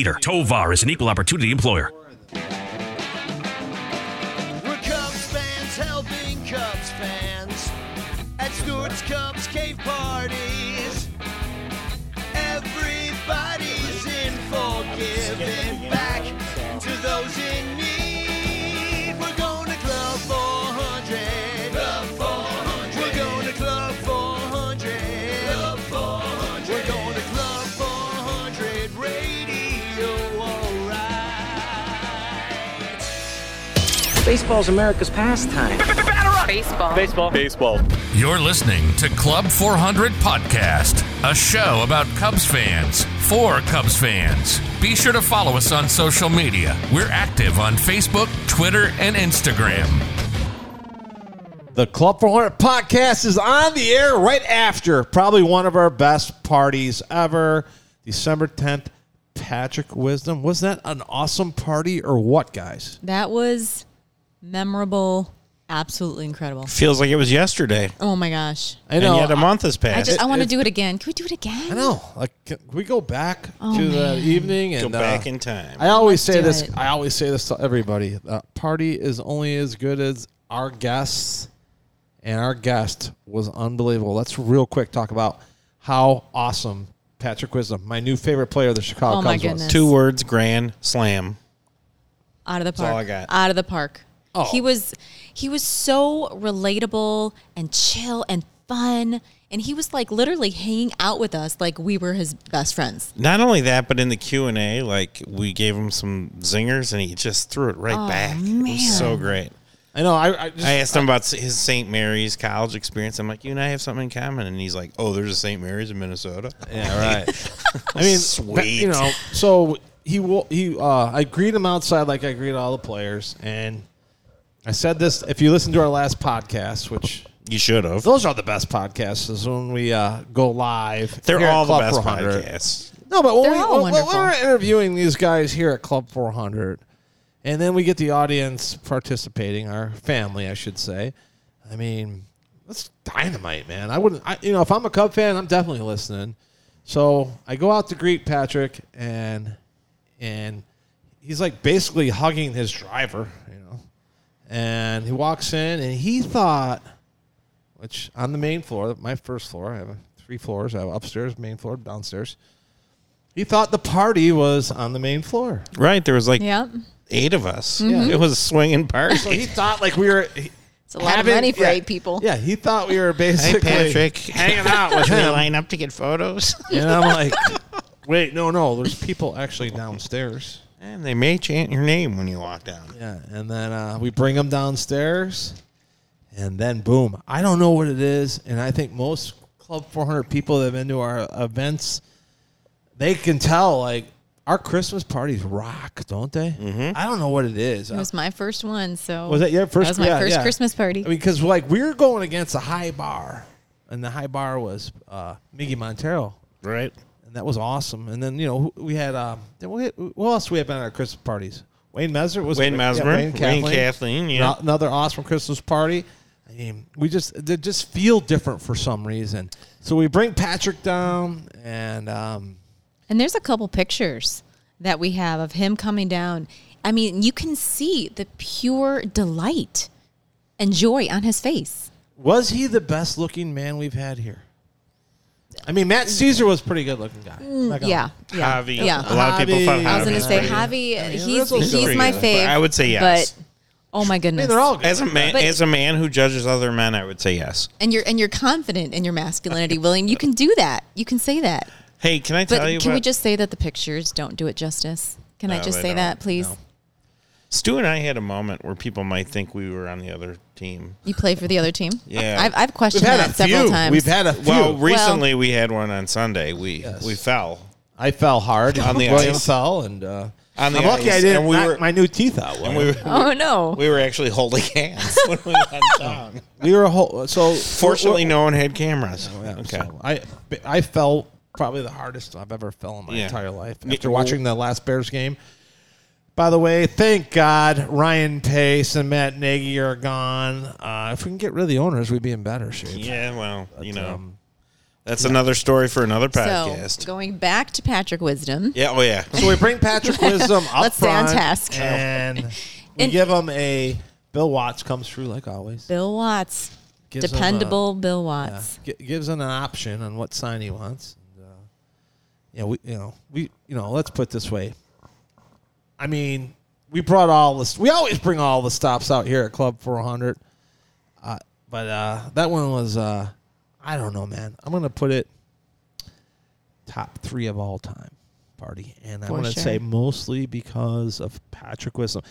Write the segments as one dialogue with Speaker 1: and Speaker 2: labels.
Speaker 1: Tovar is an equal opportunity employer.
Speaker 2: We're Cubs fans helping Cubs fans at Stewart's Cubs cave parties. Everybody's in for giving back to those in need. We're going to Club 400. Club 400. We're going to Club 400. Club 400. We're going to Club 400 Radio. All right.
Speaker 3: Baseball's America's pastime.
Speaker 4: Baseball.
Speaker 5: Baseball. Baseball.
Speaker 6: You're listening to Club 400 Podcast, a show about Cubs fans for Cubs fans. Be sure to follow us on social media. We're active on Facebook, Twitter, and Instagram.
Speaker 7: The Club 400 podcast is on the air right after probably one of our best parties ever, December 10th. Patrick Wisdom. Was that an awesome party or what, guys?
Speaker 8: That was memorable. Absolutely incredible.
Speaker 9: Feels like it was yesterday,
Speaker 8: Oh my gosh.
Speaker 7: I
Speaker 9: and yet a month has
Speaker 8: I
Speaker 9: passed.
Speaker 8: just I want to
Speaker 7: it-
Speaker 8: do it again. Can we do it again?
Speaker 7: I know. Like, can we go back to that evening and
Speaker 9: Go back
Speaker 7: uh,
Speaker 9: in time.
Speaker 7: I always say
Speaker 8: Oh, do
Speaker 7: this.
Speaker 8: it.
Speaker 7: I always say this to everybody. The party is only as good as our guests, and our guest was unbelievable. Let's real quick talk about how awesome Patrick Wisdom, my new favorite player of the Chicago
Speaker 8: Oh
Speaker 7: Cubs,
Speaker 8: my
Speaker 7: was.
Speaker 8: goodness.
Speaker 9: Two words: grand slam.
Speaker 8: Out of the park.
Speaker 9: all I got.
Speaker 8: Out of the park. Oh. He was he was so relatable and chill and fun. And he was like literally hanging out with us like we were his best friends.
Speaker 9: Not only that, but in the Q and A, like we gave him some zingers, and he just threw it right back. It
Speaker 8: man.
Speaker 9: was so great.
Speaker 7: I know. I, I just
Speaker 9: I asked him about his St. Mary's college experience. I'm like, you and I have something in common, and he's like, oh, there's a St. Mary's in Minnesota.
Speaker 7: Yeah, right. I mean,
Speaker 9: Sweet.
Speaker 7: but, you know, so he will. He, uh, I greet him outside like I greet all the players, and I said this. If you listen to our last podcast, which
Speaker 9: You should have.
Speaker 7: those are the best podcasts, is when we uh, go live.
Speaker 9: They're
Speaker 7: here at
Speaker 9: all the
Speaker 7: Club
Speaker 9: best
Speaker 7: 400.
Speaker 9: podcasts.
Speaker 7: No, but when
Speaker 8: They're
Speaker 7: we,
Speaker 8: all
Speaker 7: when, when we
Speaker 8: wonderful.
Speaker 7: were interviewing these guys here at Club 400, and then we get the audience participating, our family, I should say. I mean, that's dynamite, man. I wouldn't, I, you know, if I'm a Cub fan, I'm definitely listening. So I go out to greet Patrick, and and he's like basically hugging his driver, you know. And he walks in, and he thought which on the main floor, my first floor, I have three floors. I have upstairs, main floor, downstairs. He thought the party was on the main floor.
Speaker 9: Right. There was like
Speaker 8: Yeah. Mm-hmm.
Speaker 9: eight of us. It was a swinging party.
Speaker 7: So he thought like we were. he-
Speaker 8: It's a lot
Speaker 7: Having-
Speaker 8: of money for
Speaker 7: yeah.
Speaker 8: eight people.
Speaker 7: Yeah, he thought we were basically.
Speaker 9: hanging out with me, line up to get photos.
Speaker 7: And I'm like, wait, no, no. There's people actually downstairs.
Speaker 9: And they may chant your name when you walk down.
Speaker 7: Yeah, and then uh, we bring them downstairs, and then boom. I don't know what it is, and I think most Club 400 people that have been to our events, they can tell like our Christmas parties rock, don't they? Mm-hmm. I don't know what it is.
Speaker 8: It was my first one, so
Speaker 7: Oh. Was that your first?
Speaker 8: That was my
Speaker 7: yeah,
Speaker 8: first
Speaker 7: yeah.
Speaker 8: Christmas party.
Speaker 7: I mean, because like we were going against a high bar, and the high bar was uh, Miggy Montero,
Speaker 9: Right.
Speaker 7: and that was awesome. And then you know we had um, then we had, who else we had been at our Christmas parties? Wayne Mesmer was
Speaker 9: Wayne
Speaker 7: yeah,
Speaker 9: Mesmer, Wayne
Speaker 7: Kathleen.
Speaker 9: Kathleen, yeah.
Speaker 7: Ano- another awesome Christmas party. I mean, we just they just feel different for some reason. So we bring Patrick down, and um,
Speaker 8: And there's a couple pictures that we have of him coming down. I mean, you can see the pure delight and joy on his face.
Speaker 7: was he the best looking man we've had here? I mean, Matt Caesar was a pretty good looking guy. Not gonna
Speaker 8: Yeah.
Speaker 7: lie.
Speaker 8: Yeah.
Speaker 9: Javi.
Speaker 8: Yeah.
Speaker 9: A lot of people thought
Speaker 7: Javi.
Speaker 9: Javi.
Speaker 8: I was going to
Speaker 9: was
Speaker 8: say,
Speaker 9: pretty good.
Speaker 8: Javi, he's,
Speaker 7: Rizzo's
Speaker 8: he's
Speaker 9: pretty
Speaker 8: my
Speaker 9: good, but
Speaker 8: fave.
Speaker 9: I would say yes.
Speaker 8: But oh my goodness.
Speaker 7: I mean, they're all good.
Speaker 9: As a man,
Speaker 8: But-
Speaker 9: as a man who judges other men, I would say yes.
Speaker 8: and you're and you're confident in your masculinity, William. You can do that. You can say that.
Speaker 9: Hey, can I tell
Speaker 8: But
Speaker 9: you?
Speaker 8: can
Speaker 9: what?
Speaker 8: we just say that the pictures don't do it justice? Can I
Speaker 9: No,
Speaker 8: just
Speaker 9: they
Speaker 8: say
Speaker 9: don't.
Speaker 8: that, please?
Speaker 9: Stu and I had a moment where people might think we were on the other team.
Speaker 8: You play for the other team?
Speaker 9: Yeah.
Speaker 8: I've, I've
Speaker 7: We've
Speaker 8: questioned
Speaker 7: had
Speaker 8: that
Speaker 7: a
Speaker 8: several
Speaker 7: few.
Speaker 8: times.
Speaker 7: We've had a few.
Speaker 9: Well, recently we had one on Sunday. We we fell.
Speaker 7: I fell hard
Speaker 9: On the
Speaker 7: William
Speaker 9: ice.
Speaker 7: fell, and uh,
Speaker 9: On the
Speaker 7: I'm lucky
Speaker 9: ice,
Speaker 7: I didn't
Speaker 9: and we
Speaker 7: knock
Speaker 9: were-
Speaker 7: my new teeth out.
Speaker 9: And
Speaker 7: William.
Speaker 9: we,
Speaker 8: Oh no.
Speaker 9: we were actually holding hands when we went down.
Speaker 7: we were a whole, so
Speaker 9: Fortunately, no one had cameras.
Speaker 7: Oh, Yeah,
Speaker 9: okay.
Speaker 7: so I I fell probably the hardest I've ever fell in my
Speaker 9: Yeah.
Speaker 7: entire life
Speaker 9: Yeah,
Speaker 7: after
Speaker 9: well-
Speaker 7: watching the last Bears game. By the way, thank God Ryan Pace and Matt Nagy are gone. Uh, if we can get rid of the owners, we'd be in better shape.
Speaker 9: yeah, well, you know,
Speaker 7: um,
Speaker 9: that's another story for another
Speaker 8: So
Speaker 9: podcast.
Speaker 8: going back to Patrick Wisdom.
Speaker 9: yeah, oh yeah.
Speaker 7: So we bring Patrick Wisdom up
Speaker 8: Let's stay on
Speaker 7: front,
Speaker 8: task.
Speaker 7: and we
Speaker 8: And-
Speaker 7: give him a Bill Watts comes through like always.
Speaker 8: Bill Watts,
Speaker 7: Gives him a-
Speaker 8: dependable Bill Watts.
Speaker 7: Gi- gives him an option on what sign he wants. And, uh, yeah, we you know we you know let's put it this way. I mean, we brought all the we always bring all the stops out here at Club 400, uh, but uh, that one was uh, I don't know, man. I'm gonna put it top three of all time party, and I'm
Speaker 8: For
Speaker 7: gonna
Speaker 8: sure.
Speaker 7: say mostly because of Patrick Wisdom.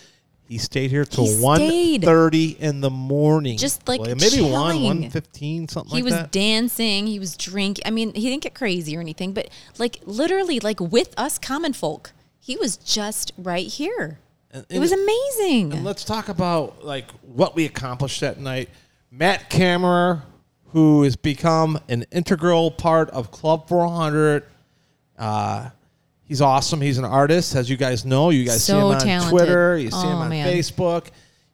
Speaker 7: He stayed here till
Speaker 8: He stayed.
Speaker 7: 1.30 in the morning.
Speaker 8: Just, like,
Speaker 7: William. maybe one
Speaker 8: chilling.
Speaker 7: one fifteen something.
Speaker 8: He
Speaker 7: like
Speaker 8: was
Speaker 7: that.
Speaker 8: dancing. He was drinking. I mean, he didn't get crazy or anything, but like literally, like with us common folk, he was just right here. it
Speaker 7: and-
Speaker 8: was amazing.
Speaker 7: And let's talk about like what we accomplished that night. Matt Kammerer, who has become an integral part of Club 400. Uh, he's awesome. He's an artist, as you guys know. You guys see him
Speaker 8: So
Speaker 7: on
Speaker 8: talented.
Speaker 7: Twitter. You see him
Speaker 8: Oh,
Speaker 7: on
Speaker 8: man.
Speaker 7: Facebook.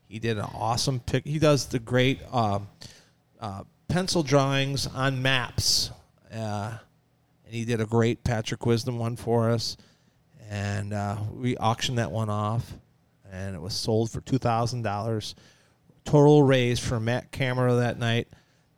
Speaker 7: He did an awesome pic. He does the great um, uh, pencil drawings on maps. Uh, and he did a great Patrick Wisdom one for us, and uh, we auctioned that one off, and it was sold for two thousand dollars. Total raise for Matt Camera that night,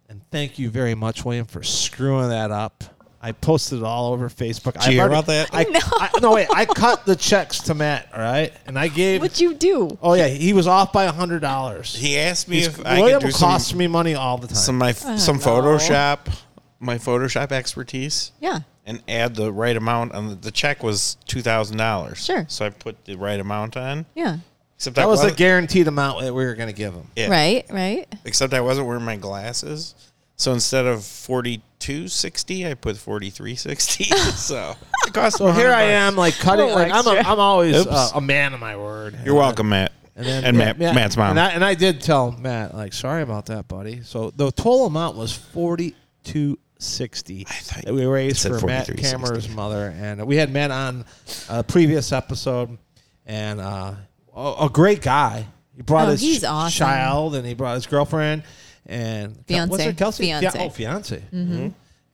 Speaker 7: and thank you very much, William, for screwing that up. I posted it all over Facebook. Did
Speaker 9: you hear about that?
Speaker 7: I, no. I, no, wait. I cut the checks to Matt, all right, and I gave.
Speaker 8: What'd you do?
Speaker 7: oh yeah, he was off by hundred dollars.
Speaker 9: He asked me if I
Speaker 7: William
Speaker 9: could do some,
Speaker 7: costs me money all the time.
Speaker 9: some my some Photoshop, my Photoshop expertise.
Speaker 8: Yeah.
Speaker 9: and add the right amount on the, the check was two thousand dollars.
Speaker 8: Sure.
Speaker 9: So I put the right amount on.
Speaker 8: Yeah.
Speaker 9: Except I
Speaker 7: that was the
Speaker 9: wasn't-
Speaker 7: guaranteed amount that we were going to give him.
Speaker 9: Yeah.
Speaker 8: Right. Right.
Speaker 9: Except I wasn't wearing my glasses, so instead of forty two sixty, I put forty three sixty. so it cost.
Speaker 7: So here I am, like cutting. Like I'm, a, I'm always
Speaker 9: Oops.
Speaker 7: uh, a man of my word.
Speaker 9: You're welcome, Matt. And, Matt,
Speaker 7: yeah,
Speaker 9: Matt's mom.
Speaker 7: And I, and I did tell Matt, like, sorry about that, buddy. So the total amount was forty two sixty
Speaker 9: thought
Speaker 7: that we raised
Speaker 9: it said
Speaker 7: for Matt
Speaker 9: 43.60.
Speaker 7: Kammerer's mother, and we had Matt on a previous episode, and uh, a, a great guy. He brought
Speaker 8: Oh,
Speaker 7: his
Speaker 8: he's
Speaker 7: ch-
Speaker 8: awesome.
Speaker 7: child, and he brought his girlfriend, and what's
Speaker 8: Fiancé.
Speaker 7: her Kelsey? Fia-
Speaker 8: Fiancé.
Speaker 7: oh, fiance. Mm-hmm.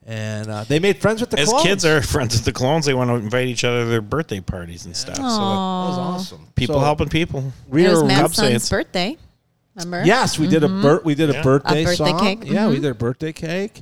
Speaker 7: And uh, they made friends with the
Speaker 9: As
Speaker 7: clones.
Speaker 9: kids are friends with the clones, they want to invite each other to their birthday parties and stuff. So that-
Speaker 7: That was awesome.
Speaker 9: people
Speaker 7: So-
Speaker 9: helping people.
Speaker 7: We
Speaker 8: it was
Speaker 7: were
Speaker 8: Matt's
Speaker 9: Cubs
Speaker 8: son's
Speaker 9: fans.
Speaker 8: birthday. Remember?
Speaker 7: Yes, we did a bir- we did a birthday
Speaker 8: Mm-hmm. A birthday
Speaker 7: song.
Speaker 8: cake. Mm-hmm.
Speaker 7: Yeah, we did a birthday cake,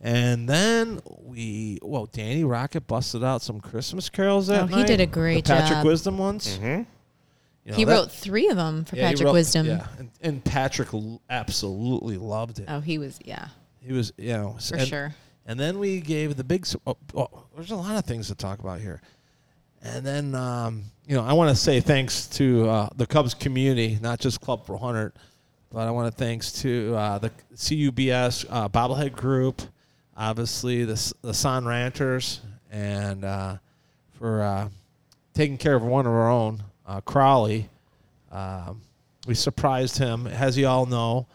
Speaker 7: and then we well, Danny Rocket busted out some Christmas carols that
Speaker 8: Oh, he
Speaker 7: night.
Speaker 8: did a great
Speaker 7: the Patrick
Speaker 8: job.
Speaker 7: Wisdom ones. Mm-hmm.
Speaker 8: He wrote three of them for Patrick Wisdom.
Speaker 7: Yeah, and, and Patrick l- absolutely loved it.
Speaker 8: Oh, he was. Yeah.
Speaker 7: He was, you know, s-
Speaker 8: For
Speaker 7: and-
Speaker 8: sure.
Speaker 7: And then we gave the big. su- Oh, oh, there's a lot of things to talk about here. And then, um, you know, I want to say thanks to uh, the Cubs community, not just Club 400, but I want to thanks to uh, the CUBS uh, bobblehead group, obviously the S- the San Ranchers, and uh, for uh, taking care of one of our own, uh, Crowley. Um, we surprised him. As you all know,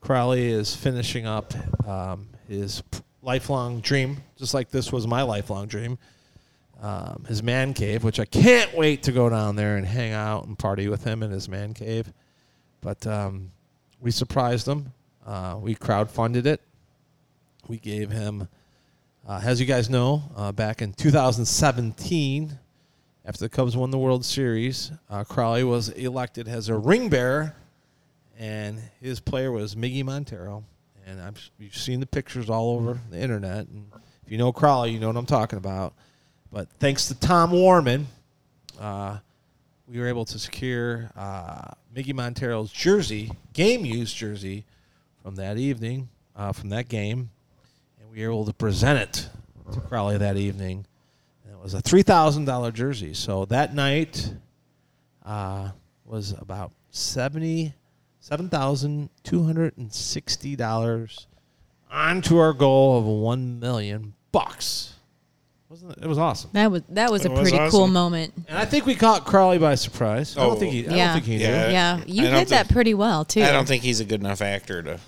Speaker 7: Crowley is finishing up um, his p- lifelong dream, just like this was my lifelong dream. Um, his man cave, which I can't wait to go down there and hang out and party with him in his man cave. But um, we surprised him. Uh, we crowdfunded it. We gave him, uh, as you guys know, uh, back in 2017, after the Cubs won the World Series, uh, Crowley was elected as a ring bearer, and his player was Miggy Montero. And I'm, you've seen the pictures all over the internet. And if you know Crowley, you know what I'm talking about. But thanks to Tom Warman, uh, we were able to secure uh, Miggy Montero's jersey, game used jersey, from that evening, uh, from that game, and we were able to present it to Crowley that evening. And it was a three thousand dollar jersey. So that night uh, was about seventy seven thousand two hundred and sixty dollars onto our goal of one million bucks. Wasn't it? It was awesome.
Speaker 8: That was that was
Speaker 9: That
Speaker 8: a
Speaker 9: was
Speaker 8: pretty cool
Speaker 9: awesome.
Speaker 8: moment.
Speaker 7: And I think we caught Crowley by surprise. I don't
Speaker 9: Oh.
Speaker 7: think he. I
Speaker 8: Yeah.
Speaker 7: don't think he knew.
Speaker 9: Yeah. I-
Speaker 8: yeah, you
Speaker 9: I
Speaker 8: did
Speaker 9: don't
Speaker 8: that
Speaker 9: think-
Speaker 8: pretty well too.
Speaker 9: I don't think he's a good enough actor to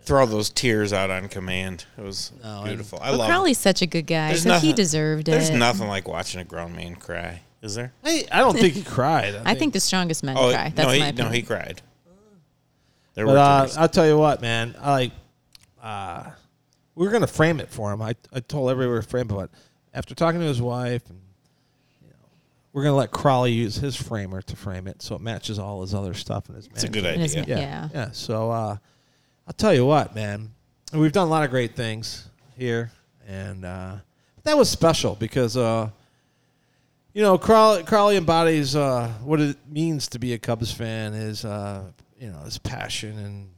Speaker 9: throw those tears out on command. It was beautiful. I
Speaker 8: But
Speaker 9: love.
Speaker 8: Crowley's such a good guy,
Speaker 9: There's
Speaker 8: so he
Speaker 9: nothing-
Speaker 8: deserved
Speaker 9: it. There's
Speaker 8: it.
Speaker 9: nothing like watching a grown man cry, is there?
Speaker 7: Hey, I don't think he cried.
Speaker 8: I think the strongest men
Speaker 9: Oh
Speaker 8: cry. That's
Speaker 9: no, he,
Speaker 8: my
Speaker 9: no,
Speaker 8: opinion.
Speaker 9: he cried. There
Speaker 7: But
Speaker 9: were
Speaker 7: uh,
Speaker 9: tears.
Speaker 7: I'll tell you what, man. I like. Uh, we were gonna frame it for him. I, I told everybody we were framing, but after talking to his wife, and, you know, we're gonna let Crowley use his framer to frame it, so it matches all his other stuff in his.
Speaker 9: it's a good
Speaker 8: And his-
Speaker 9: idea.
Speaker 8: yeah.
Speaker 7: yeah. Yeah. So uh, I'll tell you what, man. We've done a lot of great things here, and uh, that was special because uh, you know Crowley, Crowley embodies uh, what it means to be a Cubs fan. Is uh, you know his passion and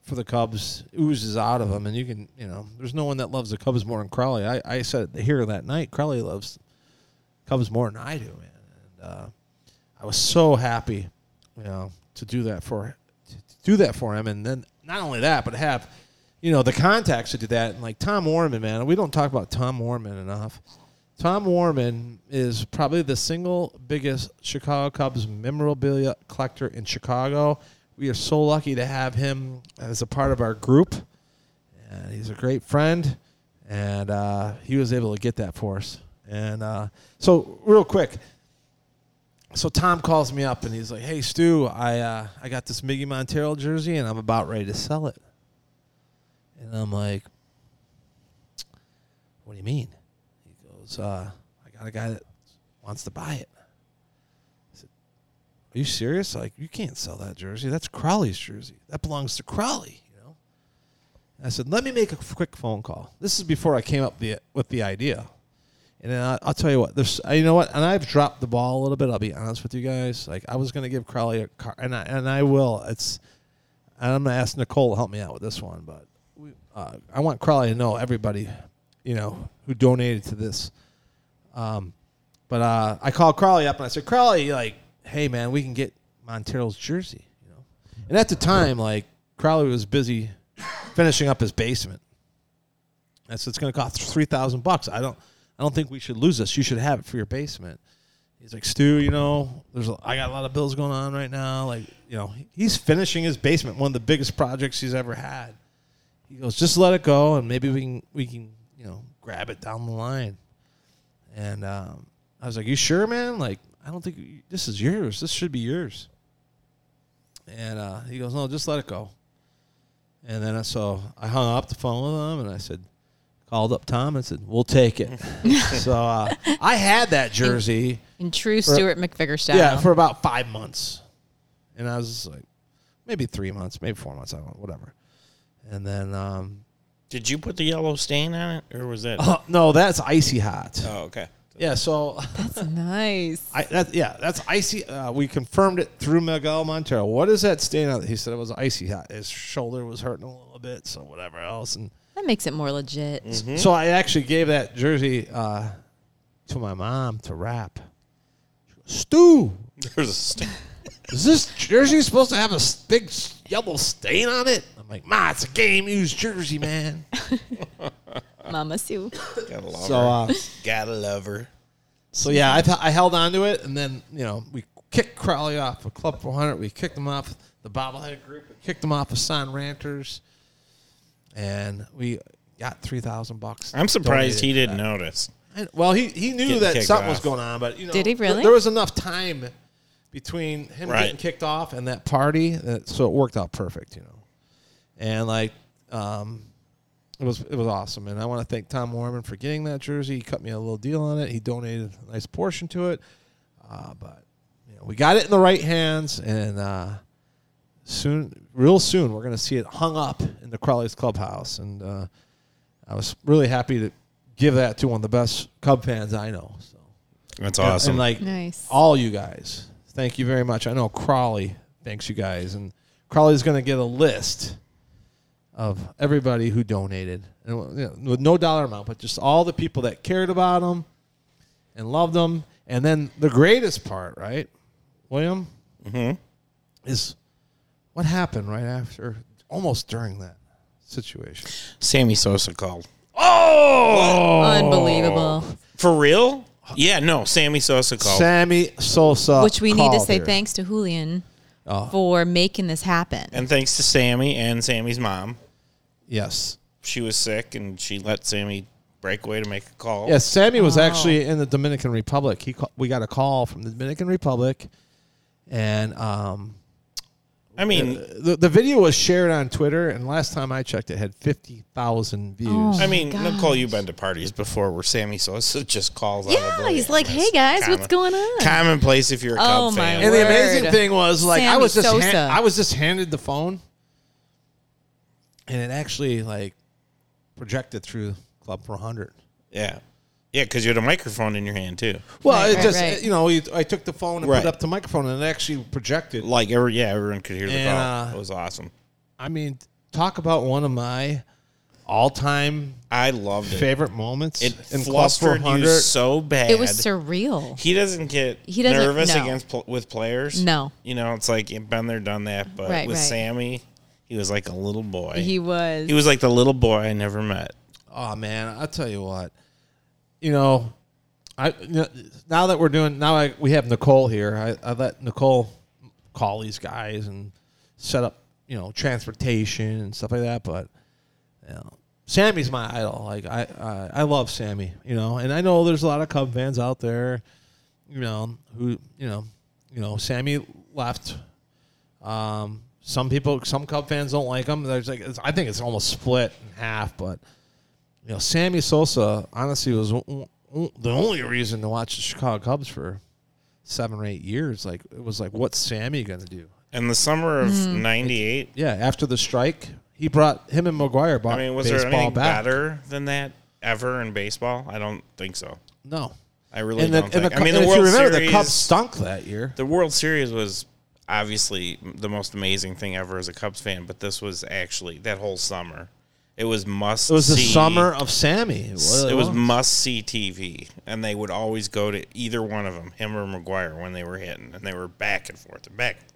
Speaker 7: for the Cubs oozes out of him, and you can you know there's no one that loves the Cubs more than Crowley. I, I said it here that night. Crowley loves Cubs more than I do, man. And uh, I was so happy, you know, to do that for to do that for him, and then not only that, but have you know the contacts to do that. And like Tom Warman, man, we don't talk about Tom Warman enough. Tom Warman is probably the single biggest Chicago Cubs memorabilia collector in Chicago. We are so lucky to have him as a part of our group, and he's a great friend. And uh, he was able to get that for us. And uh, so, real quick, so Tom calls me up and he's like, "Hey Stu, I uh, I got this Miggy Montero jersey and I'm about ready to sell it." And I'm like, "What do you mean?" He goes, uh, "I got a guy that wants to buy it." I said, "Are you serious? Like you can't sell that jersey. That's Crowley's jersey. That belongs to Crowley." You know. And I said, "Let me make a quick phone call." This is before I came up the, with the idea. And then I, I'll tell you what, there's, uh, you know what, and I've dropped the ball a little bit. I'll be honest with you guys. Like I was gonna give Crowley a car, and I and I will. It's, and I'm gonna ask Nicole to help me out with this one, but we, uh, I want Crowley to know everybody, you know, who donated to this. Um, but uh, I called Crowley up and I said, Crowley, like, hey man, we can get Montero's jersey, you know. And at the time, like Crowley was busy finishing up his basement. And so it's going to cost three thousand bucks. I don't, I don't think we should lose this. You should have it for your basement. He's like, Stu, you know, there's, a, I got a lot of bills going on right now. Like, you know, he's finishing his basement, one of the biggest projects he's ever had. He goes, just let it go, and maybe we can, we can, you know, grab it down the line. And um, I was like, you sure, man? Like, I don't think you- this is yours. This should be yours. And uh, he goes, no, just let it go. And then I so I hung up the phone with him, and I said, called up Tom and said, "We'll take it." so uh, I had that jersey,
Speaker 8: In true Stuart McVicker style.
Speaker 7: yeah, for about five months, and I was just like, maybe three months, maybe four months, I don't know, whatever. And then, um,
Speaker 9: Did you put the yellow stain on it, or was that?
Speaker 7: oh, no, that's icy hot.
Speaker 9: Oh, okay.
Speaker 7: Yeah, so
Speaker 8: That's nice.
Speaker 7: I, that, yeah, that's icy. Uh, we confirmed it through Miguel Montero. What is that stain on? He said it was icy hot. His shoulder was hurting a little bit, so whatever else, and.
Speaker 8: That makes it more legit.
Speaker 9: Mm-hmm.
Speaker 7: So I actually gave that jersey uh, to my mom to wrap. She goes, Stu,
Speaker 9: There's a stain.
Speaker 7: is this jersey supposed to have a s- big s- yellow stain on it? I'm like, Ma, it's a game used jersey, man.
Speaker 8: Mama Sue.
Speaker 9: Gotta love
Speaker 7: so,
Speaker 9: her.
Speaker 7: uh,
Speaker 9: Gotta love her.
Speaker 7: so yeah, I, th- I held on to it, and then you know we kicked Crowley off of Club 400. We kicked him off the bobblehead group. We kicked him off of Son Ranters, and we got three thousand bucks.
Speaker 9: I'm surprised he
Speaker 7: donated.
Speaker 9: didn't notice.
Speaker 7: And- Well, he, he knew
Speaker 9: Getting
Speaker 7: that
Speaker 9: kicked
Speaker 7: something was
Speaker 9: off.
Speaker 7: going on, but you know,
Speaker 8: Did he
Speaker 7: there-
Speaker 8: really?
Speaker 7: There was enough time between him
Speaker 9: Right.
Speaker 7: getting kicked off and that party, that, so it worked out perfect, you know. And like, um, it was it was awesome, and I want to thank Tom Warman for getting that jersey. He cut me a little deal on it. He donated a nice portion to it, uh, but you know, we got it in the right hands, and uh, soon, real soon, we're going to see it hung up in the Crowley's clubhouse, and uh, I was really happy to give that to one of the best Cub fans I know. So
Speaker 9: That's
Speaker 7: and-
Speaker 9: awesome.
Speaker 7: And like
Speaker 8: Nice.
Speaker 7: all you guys, thank you very much. I know Crawley thanks you guys, and Crawley's going to get a list of everybody who donated, and you know, with no dollar amount, but just all the people that cared about them and loved them. And then the greatest part, right, William, is what happened right after, almost during that situation.
Speaker 9: Sammy Sosa called.
Speaker 7: Oh,
Speaker 8: Unbelievable.
Speaker 9: For real? Yeah, no. Sammy Sosa called.
Speaker 7: Sammy Sosa,
Speaker 8: Which we need to
Speaker 7: called
Speaker 8: say
Speaker 7: here.
Speaker 8: thanks to Julian for making this happen.
Speaker 9: Oh. and thanks to Sammy and Sammy's mom.
Speaker 7: Yes,
Speaker 9: She was sick and she let Sammy break away to make a call.
Speaker 7: yes. Sammy was actually in the Dominican Republic. He ca- we got a call from the Dominican Republic, and um,
Speaker 9: I mean,
Speaker 7: the the video was shared on Twitter. And last time I checked, it had fifty thousand views.
Speaker 8: Oh
Speaker 9: I mean, Nicole, you've been to parties before where Sammy Sosa just calls. out of the
Speaker 8: Yeah,
Speaker 9: blue.
Speaker 8: he's like,
Speaker 9: It's
Speaker 8: "Hey, guys, what's
Speaker 9: common-
Speaker 8: going on?"
Speaker 9: Commonplace if you're a
Speaker 8: Oh,
Speaker 9: Cub
Speaker 8: my
Speaker 9: fan.
Speaker 7: And the amazing
Speaker 8: Word.
Speaker 7: thing was, like, I
Speaker 8: Sammy
Speaker 7: was just
Speaker 8: Sosa.
Speaker 7: hand- I was just handed the phone, and it actually like projected through Club 400.
Speaker 9: yeah, yeah, because you had a microphone in your hand too.
Speaker 7: Well,
Speaker 8: Right,
Speaker 7: it
Speaker 8: right,
Speaker 7: just
Speaker 8: right.
Speaker 7: you know, you- I took the phone and put
Speaker 9: Right.
Speaker 7: it up to the microphone, and it actually projected.
Speaker 9: Like, every, yeah, everyone could hear the
Speaker 7: And,
Speaker 9: call.
Speaker 7: uh,
Speaker 9: it was awesome.
Speaker 7: I mean, talk about one of my all-time
Speaker 9: I loved it.
Speaker 7: favorite moments
Speaker 9: It
Speaker 7: in Club
Speaker 9: flustered you
Speaker 7: 400.
Speaker 9: so bad.
Speaker 8: It was surreal.
Speaker 9: he doesn't get
Speaker 8: He doesn't-
Speaker 9: nervous
Speaker 8: no.
Speaker 9: against pl- with players.
Speaker 8: No.
Speaker 9: you know it's like you've been there, done that. But
Speaker 8: Right,
Speaker 9: with
Speaker 8: right.
Speaker 9: Sammy, he was like a little boy.
Speaker 8: He was.
Speaker 9: he was like the little boy I never met.
Speaker 7: Oh man, I'll tell you what. You know, I you know, now that we're doing now I, we have Nicole here. I, I let Nicole call these guys and set up you know transportation and stuff like that. But you know, Sammy's my idol. Like I, I I love Sammy. You know, and I know there's a lot of Cub fans out there. You know who you know you know Sammy left. Um, some people, some Cub fans don't like him. There's like it's, I think it's almost split in half, but you know, Sammy Sosa honestly was o- o- the only reason to watch the Chicago Cubs for seven or eight years. Like it was like, what's Sammy going to do?
Speaker 9: In the summer of
Speaker 7: Mm-hmm.
Speaker 9: '98,
Speaker 7: Yeah, after the strike, he brought him and McGuire. Brought
Speaker 9: I mean, was there
Speaker 7: baseball
Speaker 9: anything
Speaker 7: back.
Speaker 9: better than that ever in baseball? I don't think so.
Speaker 7: No,
Speaker 9: I really
Speaker 7: and the,
Speaker 9: don't
Speaker 7: and the,
Speaker 9: think. I mean, the
Speaker 7: and if
Speaker 9: World
Speaker 7: you remember,
Speaker 9: Series,
Speaker 7: the Cubs stunk that year.
Speaker 9: the World Series was obviously the most amazing thing ever as a Cubs fan, but this was actually that whole summer. It was must.
Speaker 7: It was the
Speaker 9: see,
Speaker 7: summer of Sammy. It was,
Speaker 9: It was must see TV, and they would always go to either one of them, him or McGuire, when they were hitting, and they were back and forth and back and forth.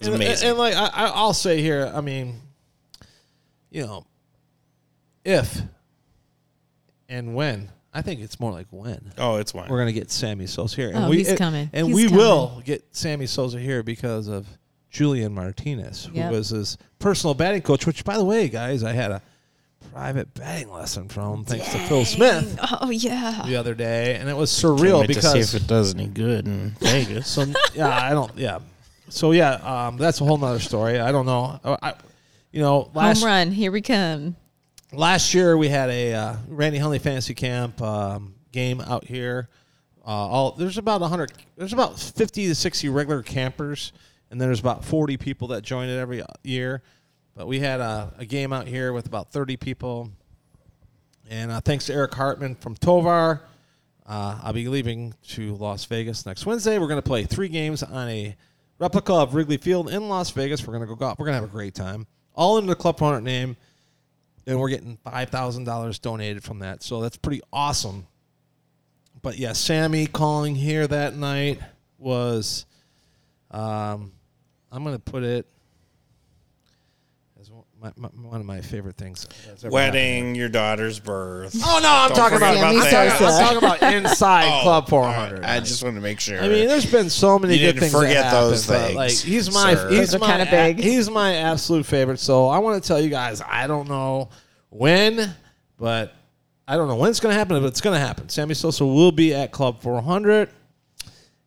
Speaker 9: It was
Speaker 7: And- uh,
Speaker 9: amazing.
Speaker 7: And, like I, I- I'll say here, I mean, you know, if and when I think it's more like when
Speaker 9: oh, it's one.
Speaker 7: we're gonna get Sammy Sosa here, and
Speaker 8: Oh,
Speaker 7: we
Speaker 8: he's
Speaker 7: and-
Speaker 8: coming.
Speaker 7: and
Speaker 8: He's
Speaker 7: we
Speaker 8: coming.
Speaker 7: will get Sammy Sosa here because of Julian Martinez, who
Speaker 8: Yep.
Speaker 7: was his personal batting coach. Which, by the way, guys, I had a private batting lesson from him, thanks to Phil Smith
Speaker 8: oh yeah.
Speaker 7: the other day, and it was surreal because
Speaker 9: does any good in Vegas.
Speaker 7: so yeah, I don't. Yeah, so yeah, um, that's a whole nother story. I don't know. Oh, I, I- you know, last
Speaker 8: Home run. Here we come.
Speaker 7: last year we had a uh, Randy Hunley Fantasy Camp um, game out here. Uh, all there's about hundred, there's about fifty to sixty regular campers, and then there's about forty people that join it every uh, year. But we had a, a game out here with about thirty people, and uh, thanks to Eric Hartman from Tovar, uh, I'll be leaving to Las Vegas next Wednesday. We're going to play three games on a replica of Wrigley Field in Las Vegas. We're going to go golf. We're going to have a great time. All under the Club 400 name and we're getting five thousand dollars donated from that. So that's pretty awesome. But yeah, Sammy calling here that night was, um, I'm gonna put it as one my, my, one of my favorite things. that's ever happened.
Speaker 9: Wedding, your daughter's birth.
Speaker 7: Oh no, I'm
Speaker 9: Don't
Speaker 7: talking about,
Speaker 9: forget about
Speaker 7: I'm,
Speaker 9: that.
Speaker 7: talking, I'm talking about inside
Speaker 9: Oh,
Speaker 7: Club
Speaker 9: all right.
Speaker 7: 400.
Speaker 9: I just want to make sure.
Speaker 7: I mean, there's been so many
Speaker 9: You
Speaker 7: good
Speaker 9: didn't
Speaker 7: things.
Speaker 9: forget
Speaker 7: that happened,
Speaker 9: those
Speaker 7: but,
Speaker 9: things,
Speaker 7: Like he's my
Speaker 9: sir.
Speaker 7: he's
Speaker 8: Those are
Speaker 7: my
Speaker 8: kinda
Speaker 7: a-
Speaker 8: big.
Speaker 7: he's my absolute favorite. So I want to tell you guys. I don't know when, but I don't know when it's going to happen, but it's going to happen. Sammy Sosa will be at Club 400,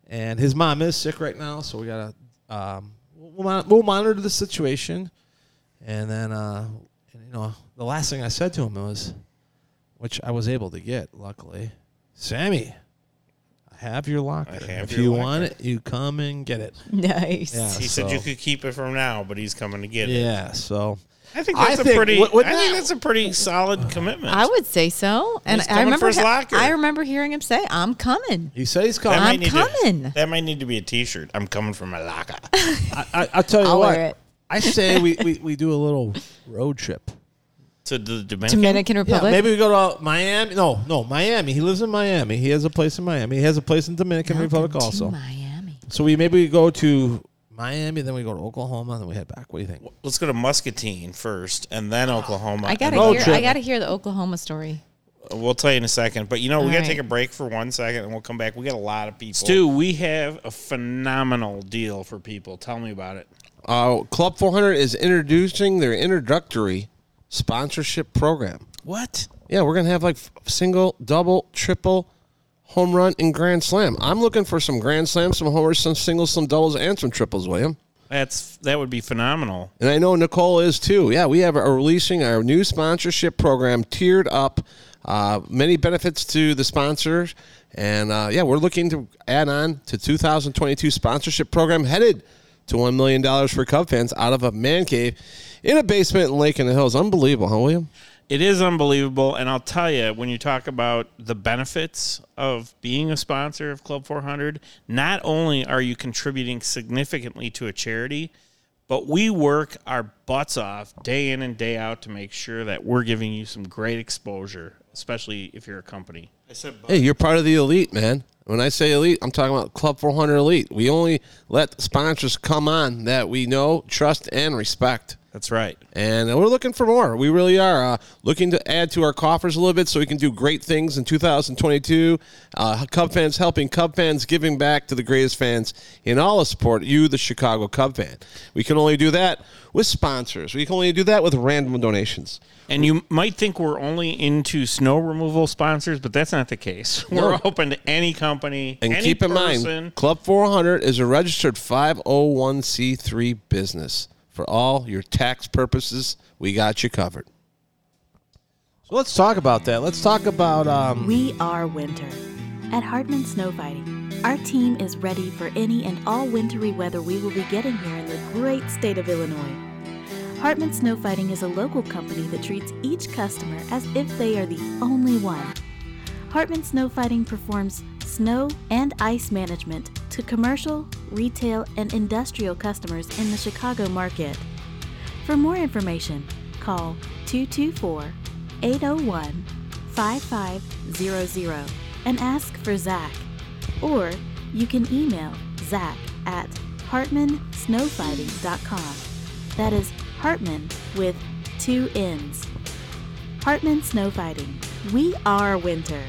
Speaker 7: and his mom is sick right now, so we gotta um, we'll, mon- we'll monitor the situation, and then uh, and, you know the last thing I said to him was, which I was able to get luckily, Sammy. I Have your locker.
Speaker 9: have
Speaker 7: if
Speaker 9: your
Speaker 7: you
Speaker 9: locker."
Speaker 7: want it, you come and get it.
Speaker 8: Nice.
Speaker 7: Yeah,
Speaker 9: he
Speaker 7: so,
Speaker 9: said you could keep it from now, but he's coming to get it.
Speaker 7: Yeah, so
Speaker 9: I think
Speaker 7: I
Speaker 9: that's a
Speaker 7: think-
Speaker 9: pretty.
Speaker 7: wouldn't
Speaker 9: I think
Speaker 7: that-
Speaker 9: that's a pretty solid commitment.
Speaker 8: I would say so. And
Speaker 9: He's
Speaker 8: I
Speaker 9: coming for
Speaker 8: remember
Speaker 9: his
Speaker 8: he-
Speaker 9: locker.
Speaker 8: I remember hearing him say, "I'm coming."
Speaker 7: he said he's
Speaker 9: That
Speaker 7: coming.
Speaker 9: might
Speaker 8: I'm
Speaker 9: need to-
Speaker 8: coming.
Speaker 9: that might need to be a T-shirt. I'm coming for my locker.
Speaker 7: I, I, I'll tell you
Speaker 8: I'll
Speaker 7: what.
Speaker 8: wear it.
Speaker 7: I say we, we, we do a little road trip.
Speaker 9: to the Dominican.
Speaker 8: Dominican Republic.
Speaker 7: Yeah, maybe we go to Miami. No, no, Miami. He lives in Miami. He has a place in Miami. He has a place in Dominican
Speaker 8: Welcome
Speaker 7: Republic
Speaker 8: to
Speaker 7: also.
Speaker 8: Miami.
Speaker 7: So we maybe we go to Miami, then we go to Oklahoma, then we head back. What do you think?
Speaker 9: Let's go to Muscatine first, and then Oklahoma.
Speaker 8: I gotta
Speaker 9: And-
Speaker 7: road
Speaker 8: hear.
Speaker 7: trip.
Speaker 8: I gotta hear the Oklahoma story.
Speaker 9: We'll tell you in a second. But you know, we
Speaker 8: All
Speaker 9: got to
Speaker 8: right.
Speaker 9: take a break for one second and we'll come back. We got a lot of people.
Speaker 4: Stu, we have a phenomenal deal for people. Tell me about it.
Speaker 7: Uh, Club 400 is introducing their introductory sponsorship program.
Speaker 4: What?
Speaker 7: Yeah, we're gonna have like f- single, double, triple, home run, and grand slam. I'm looking for some grand slams, some homers, some singles, some doubles, and some triples, William.
Speaker 9: That's that would be phenomenal.
Speaker 7: And I know Nicole is too. Yeah, we have are releasing our new sponsorship program, tiered up. Uh, many benefits to the sponsors, and uh, yeah, we're looking to add on to 2022 sponsorship program headed to one million dollars for Cub fans out of a man cave in a basement in Lake in the Hills. Unbelievable, huh, William?
Speaker 9: It is unbelievable, and I'll tell you when you talk about the benefits of being a sponsor of Club 400, not only are you contributing significantly to a charity, but we work our butts off day in and day out to make sure that we're giving you some great exposure, especially if you're a company.
Speaker 7: Hey, you're part of the elite, man. When I say elite, I'm talking about Club 400 Elite. We only let sponsors come on that we know, trust, and respect.
Speaker 9: That's right.
Speaker 7: And we're looking for more. We really are uh, looking to add to our coffers a little bit so we can do great things in 2022. Uh, Cub fans helping Cub fans, giving back to the greatest fans in all of support, you, the Chicago Cub fan. We can only do that with sponsors, we can only do that with random donations.
Speaker 9: And you might think we're only into snow removal sponsors, but that's not the case. We're open to any company,
Speaker 7: And
Speaker 9: any
Speaker 7: keep in
Speaker 9: person.
Speaker 7: mind, Club 400 is a registered 501c3 business. For all your tax purposes, we got you covered. So let's talk about that. Let's talk about um,
Speaker 5: We are winter. At Hartman Snow Fighting, our team is ready for any and all wintry weather we will be getting here in the great state of Illinois. Hartman Snow Fighting is a local company that treats each customer as if they are the only one. Hartman Snow Fighting performs snow and ice management to commercial, retail, and industrial customers in the Chicago market. For more information, call 224 801 5500 and ask for Zach. Or you can email Zach at HartmanSnowfighting.com. That is Hartman with two N's. Hartman Snow Fighting. We are winter.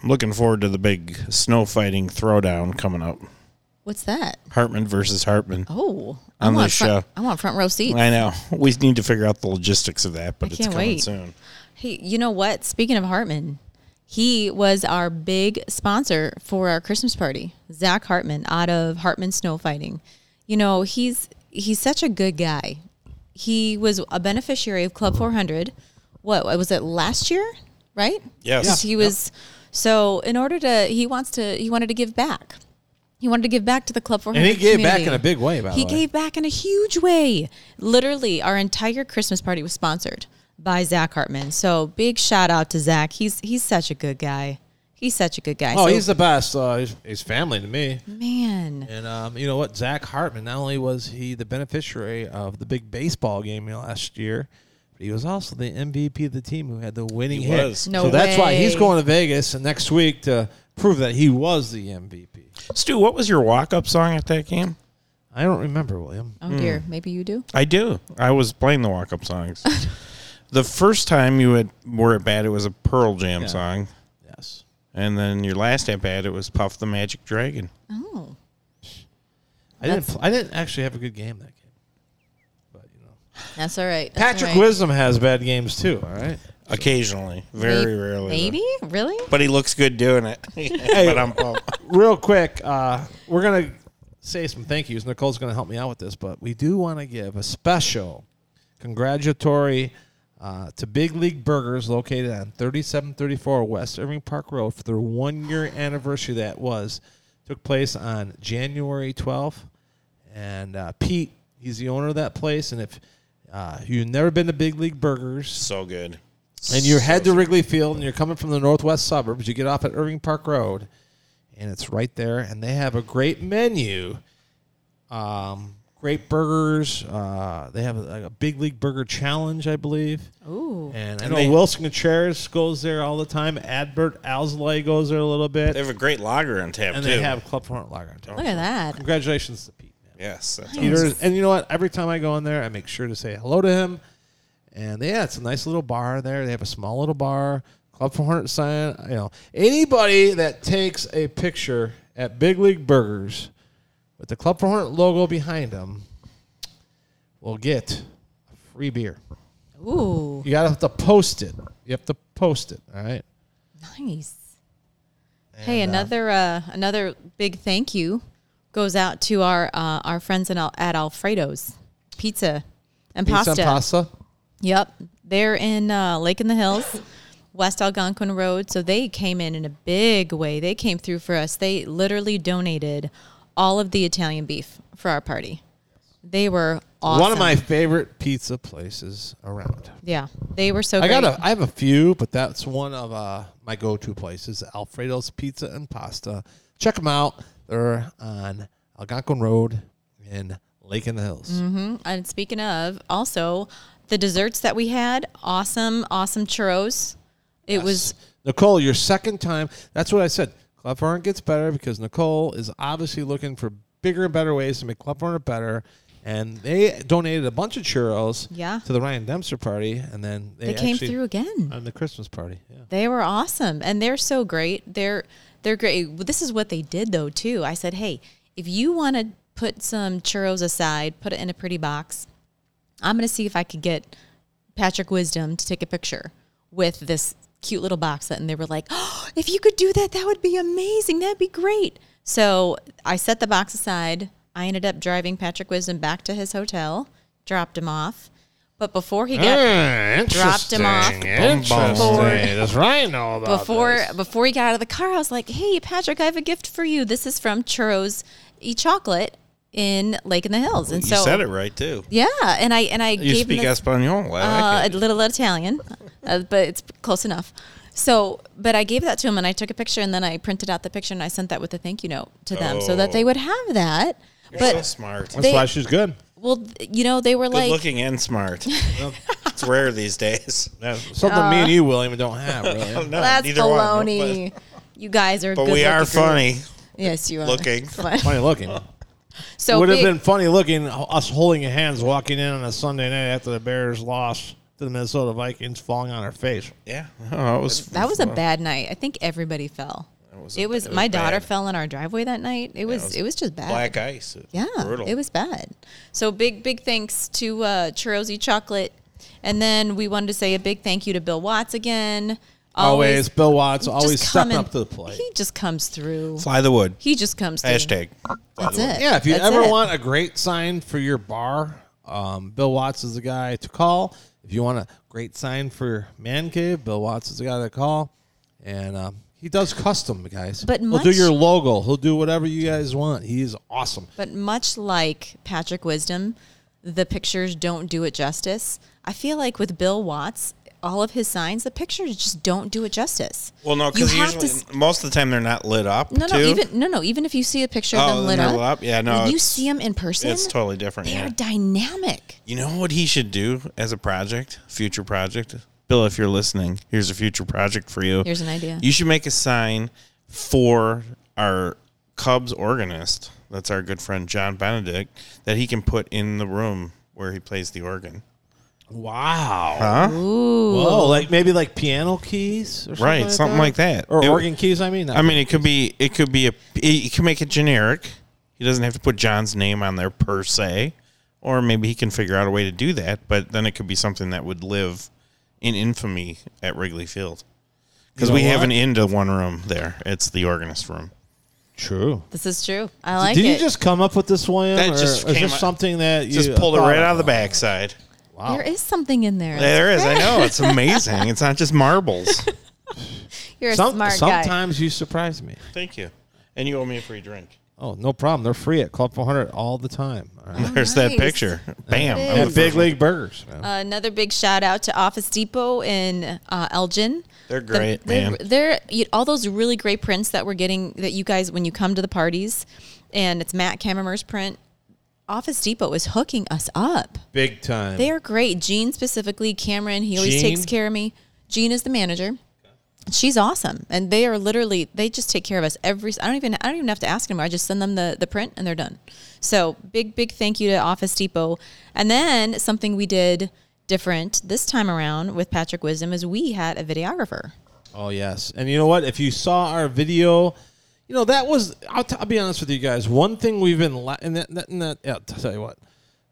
Speaker 9: I'm looking forward to the big snow fighting throwdown coming up.
Speaker 8: What's that?
Speaker 9: Hartman versus Hartman.
Speaker 8: Oh, I
Speaker 9: On
Speaker 8: want
Speaker 9: this
Speaker 8: front,
Speaker 9: show.
Speaker 8: I want front row seats.
Speaker 9: I know. We need to figure out the logistics of that, but
Speaker 8: I
Speaker 9: it's
Speaker 8: can't
Speaker 9: coming
Speaker 8: wait.
Speaker 9: soon.
Speaker 8: Hey, you know what? Speaking of Hartman, he was our big sponsor for our Christmas party. Zach Hartman out of Hartman Snow Fighting. You know, he's he's such a good guy. He was a beneficiary of Club 400. What was it last year? Right?
Speaker 9: Yes. Yeah.
Speaker 8: He was. So in order to, he wants to, he wanted to give back. He wanted to give back to the Club 400.
Speaker 7: And he gave back
Speaker 8: community.
Speaker 7: in a big way, by the
Speaker 8: He
Speaker 7: way.
Speaker 8: gave back in a huge way. Literally, our entire Christmas party was sponsored by Zach Hartman. So big shout out to Zach. He's he's such a good guy. He's such a good guy.
Speaker 7: Oh,
Speaker 8: So,
Speaker 7: he's the best. Uh, he's, he's family to me.
Speaker 8: man.
Speaker 7: And um, you know what? Zach Hartman, not only was he the beneficiary of the big baseball game last year, but he was also the MVP of the team who had the winning
Speaker 9: He
Speaker 7: hit.
Speaker 9: was.
Speaker 8: No
Speaker 7: so that's why he's
Speaker 8: way.
Speaker 7: going to Vegas next week to prove that he was the MVP.
Speaker 9: Stu, what was your walk up song at that game?
Speaker 7: I don't remember, William.
Speaker 8: Oh dear.
Speaker 7: Hmm.
Speaker 8: Maybe you do.
Speaker 9: I do. I was playing the walk up songs. the first time you had, were at bat, it was a Pearl Jam song.
Speaker 7: Yes.
Speaker 9: And then your last at bat, it was Puff the Magic Dragon.
Speaker 8: Oh.
Speaker 7: I didn't. Pl- I didn't actually have a good game that game. But you know,
Speaker 8: That's all right. That's
Speaker 7: Patrick
Speaker 8: all right.
Speaker 7: Wisdom has bad games too. All right.
Speaker 9: Occasionally, very
Speaker 8: May-
Speaker 9: rarely.
Speaker 8: Maybe? Really?
Speaker 9: But he looks good doing it. but I'm pumped.
Speaker 7: real quick, uh, we're gonna say some thank yous. Nicole's gonna help me out with this, but we do want to give a special congratulatory uh, to Big League Burgers located on 3734 West Irving Park Road for their one year anniversary that was took place on January 12th. And uh, Pete, he's the owner of that place, and if uh, you've never been to Big League Burgers,
Speaker 9: So good.
Speaker 7: and you head to Wrigley Field and you're coming from the northwest suburbs, you get off at Irving Park Road, and it's right there. And they have a great menu, um, great burgers. Uh, they have a, a big league burger challenge, I believe. Ooh. And I know
Speaker 9: they-
Speaker 7: Wilson Contreras goes there all the time. Adbert Alzolay goes there a little bit,
Speaker 9: They have a great lager on tap
Speaker 7: and
Speaker 9: too.
Speaker 7: they have Club Hornet Lager. on tap.
Speaker 8: Look at that.
Speaker 7: Congratulations to Pete. man.
Speaker 9: yes, that's
Speaker 7: Peter, and you know what? Every time I go in there, I make sure to say hello to him. And yeah, it's a nice little bar there. They have a small little bar, Club 400 sign. You know, anybody that takes a picture at Big League Burgers with the Club 400 logo behind them will get a free beer.
Speaker 8: Ooh,
Speaker 7: You gotta have to post it. You have to post it. All right.
Speaker 8: nice. hey, another uh, another big thank you goes out to our uh, our friends in Al- at Alfredo's Pizza and
Speaker 7: Pizza
Speaker 8: Pasta.
Speaker 7: and pasta.
Speaker 8: Yep, they're in uh, Lake in the Hills, West Algonquin Road. So they came in in a big way. They came through for us. They literally donated all of the Italian beef for our party. They were awesome.
Speaker 7: One of my favorite pizza places around.
Speaker 8: yeah, they were so.
Speaker 7: I got
Speaker 8: great.
Speaker 7: a, I have a few, but that's one of uh, my go-to places: Alfredo's Pizza and Pasta. Check them out. They're on Algonquin Road in Lake in the Hills.
Speaker 8: And speaking of, also the desserts that we had, awesome, awesome churros. It was
Speaker 7: Nicole, your second time. That's what I said. Club Hornet gets better because Nicole is obviously looking for bigger and better ways to make Club Hornet better. And they donated a bunch of churros
Speaker 8: Yeah.
Speaker 7: to the Ryan Dempster party, and then they,
Speaker 8: they came
Speaker 7: actually-
Speaker 8: through again.
Speaker 7: on the Christmas party. Yeah.
Speaker 8: They were awesome, and they're so great. They're they're great. This is what they did though too. I said, hey, if you want to put some churros aside, put it in a pretty box. I'm gonna see if I could get Patrick Wisdom to take a picture with this cute little box set. And they were like, oh, if you could do that, that would be amazing. That'd be great. So I set the box aside. I ended up driving Patrick Wisdom back to his hotel, dropped him off. But before he got dropped him off before,
Speaker 7: That's right. Know about
Speaker 8: before before he got out of the car, I was like, "Hey, Patrick, I have a gift for you. This is from Churros E Chocolate in Lake in the Hills." And
Speaker 9: you
Speaker 8: so,
Speaker 9: said it right too.
Speaker 8: yeah, and I and I
Speaker 9: You
Speaker 8: gave
Speaker 9: speak
Speaker 8: him this,
Speaker 9: Espanol. I like
Speaker 8: uh,
Speaker 9: it.
Speaker 8: a little Italian, uh, but it's close enough. So, but I gave that to him, and I took a picture, and then I printed out the picture, and I sent that with a thank you note to them, so that they would have that. but
Speaker 9: Oh. so smart.
Speaker 7: That's
Speaker 8: they-
Speaker 7: why she's good.
Speaker 8: well, th- you know, they were
Speaker 9: Good
Speaker 8: like,
Speaker 9: looking and smart. it's rare these days.
Speaker 7: Something
Speaker 8: Uh,
Speaker 7: me and you, William, don't have. Really.
Speaker 9: No,
Speaker 8: "That's
Speaker 9: neither one.
Speaker 8: baloney." you guys are,
Speaker 9: But, but
Speaker 8: good
Speaker 9: we are
Speaker 8: looking.
Speaker 9: funny
Speaker 8: Yes, you are
Speaker 9: looking.
Speaker 7: funny looking.
Speaker 8: So
Speaker 7: Would have
Speaker 8: big-
Speaker 7: been funny looking us holding hands walking in on a Sunday night after the Bears lost to the Minnesota Vikings, falling on our face.
Speaker 9: Yeah. Oh, it was
Speaker 8: That was a bad night. I think everybody fell.
Speaker 9: was a-
Speaker 8: It was,
Speaker 9: it was
Speaker 8: my daughter
Speaker 9: bad.
Speaker 8: fell in our driveway that night. It was it was, just bad.
Speaker 9: black ice. It was
Speaker 8: yeah,
Speaker 9: brutal.
Speaker 8: it was bad. So big big thanks to uh, Churros E Chocolate, and then we wanted to say a big thank you to Bill Watts again.
Speaker 7: Always, Bill Watts,
Speaker 8: just
Speaker 7: always stepping
Speaker 8: coming-
Speaker 7: up to the plate.
Speaker 8: He just comes through.
Speaker 9: fly the wood.
Speaker 8: He just comes through.
Speaker 9: Hashtag. Fly
Speaker 8: That's
Speaker 9: the wood.
Speaker 8: it.
Speaker 7: Yeah, if you
Speaker 8: That's
Speaker 7: ever
Speaker 8: it.
Speaker 7: want a great sign for your bar, um, Bill Watts is the guy to call. If you want a great sign for your man cave, Bill Watts is the guy to call. And um, he does custom, guys.
Speaker 8: But
Speaker 7: he'll
Speaker 8: much-
Speaker 7: do your logo. He'll do whatever you guys want. He is awesome.
Speaker 8: But much like Patrick Wisdom, the pictures don't do it justice. I feel like with Bill Watts, all of his signs, the pictures just don't do it justice.
Speaker 9: Well, no,
Speaker 8: You
Speaker 9: because
Speaker 8: have to
Speaker 9: usually
Speaker 8: s-
Speaker 9: most of the time they're not lit up.
Speaker 8: no, no,
Speaker 9: too.
Speaker 8: even no, no, even if you see a picture
Speaker 9: Oh,
Speaker 8: of them lit
Speaker 9: they're
Speaker 8: up,
Speaker 9: lit up? Yeah, no,
Speaker 8: when you
Speaker 9: it's-
Speaker 8: see them in person,
Speaker 9: it's totally different.
Speaker 8: They're
Speaker 9: Yeah.
Speaker 8: dynamic.
Speaker 9: You know what he should do as a project, future project? Bill, if you're listening, here's a future project for you.
Speaker 8: Here's an idea.
Speaker 9: You should make a sign for our Cubs organist. That's our good friend John Benedict that he can put in the room where he plays the organ.
Speaker 7: Wow.
Speaker 8: Ooh,
Speaker 7: Whoa, like maybe like piano keys or something
Speaker 9: right,
Speaker 7: like
Speaker 9: something
Speaker 7: that?
Speaker 9: like that.
Speaker 7: Or
Speaker 9: It-
Speaker 7: organ keys, I mean. Not
Speaker 9: I mean, it could be it could be a he can make it generic. He doesn't have to put John's name on there per se, or maybe he can figure out a way to do that. But then it could be something that would live in infamy at Wrigley Field because
Speaker 7: You know
Speaker 9: we have
Speaker 7: what?
Speaker 9: an end to one room there. It's the organist room.
Speaker 7: true.
Speaker 8: this is true. I like
Speaker 7: Did
Speaker 8: it.
Speaker 7: you just come up with this one?
Speaker 9: That
Speaker 7: or
Speaker 9: just
Speaker 7: is
Speaker 9: came
Speaker 7: this
Speaker 9: up-
Speaker 7: something that you
Speaker 9: Just pulled it
Speaker 7: thought
Speaker 9: right out of the
Speaker 7: of?
Speaker 9: backside.
Speaker 8: There is something in there.
Speaker 9: There is. I know. It's amazing. it's not just marbles.
Speaker 8: You're a
Speaker 7: Some-
Speaker 8: smart guy.
Speaker 7: sometimes you surprise me.
Speaker 9: Thank you. And you owe me a free drink.
Speaker 7: Oh, no problem. They're free at Club 400 all the time. All
Speaker 8: Oh.
Speaker 7: right.
Speaker 9: There's that
Speaker 8: nice.
Speaker 9: picture. Bam.
Speaker 8: That
Speaker 9: I'm the
Speaker 7: And Big
Speaker 9: first one.
Speaker 7: League Burgers.
Speaker 8: Another big shout out to Office Depot in uh, Elgin.
Speaker 9: They're great,
Speaker 8: they're,
Speaker 9: man.
Speaker 8: They're you, all those really great prints that we're getting that you guys when you come to the parties, and it's Matt Kammerer's print. Office Depot is hooking us up.
Speaker 7: Big time.
Speaker 8: They are great. Gene specifically, Cameron, he always
Speaker 7: Gene?
Speaker 8: takes care of me. Gene is the manager. She's awesome, and they are literally they just take care of us every. I don't even I don't even have to ask anymore. I just send them the the print and they're done. So big big thank you to Office Depot, and then something we did different this time around with Patrick Wisdom is we had a videographer.
Speaker 7: Oh yes, and you know what? If you saw our video, you know that was. I'll, t- I'll be honest with you guys. One thing we've been la- and that, that, and that yeah, I'll tell you what,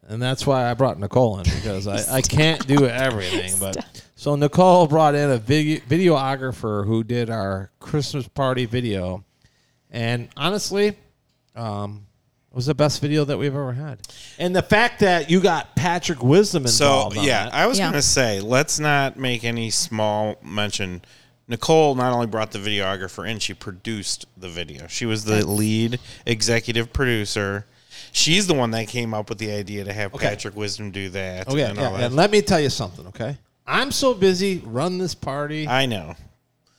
Speaker 7: and that's why I brought Nicole in because I, I can't do everything. But so Nicole brought in a video, videographer who did our Christmas party video, and honestly, um, it was the best video that we've ever had. And the fact that you got Patrick Wisdom
Speaker 9: So
Speaker 7: involved. on
Speaker 9: yeah,
Speaker 7: that.
Speaker 9: I was
Speaker 8: Yeah.
Speaker 9: gonna say let's not make any small mention. Nicole not only brought the videographer in, she produced the video. She was the lead executive producer. She's the one that came up with the idea to have
Speaker 7: Okay.
Speaker 9: Patrick Wisdom do that.
Speaker 7: Oh yeah,
Speaker 9: and all
Speaker 7: yeah.
Speaker 9: that.
Speaker 7: And let me tell you something, okay? I'm so busy run this party.
Speaker 9: I know,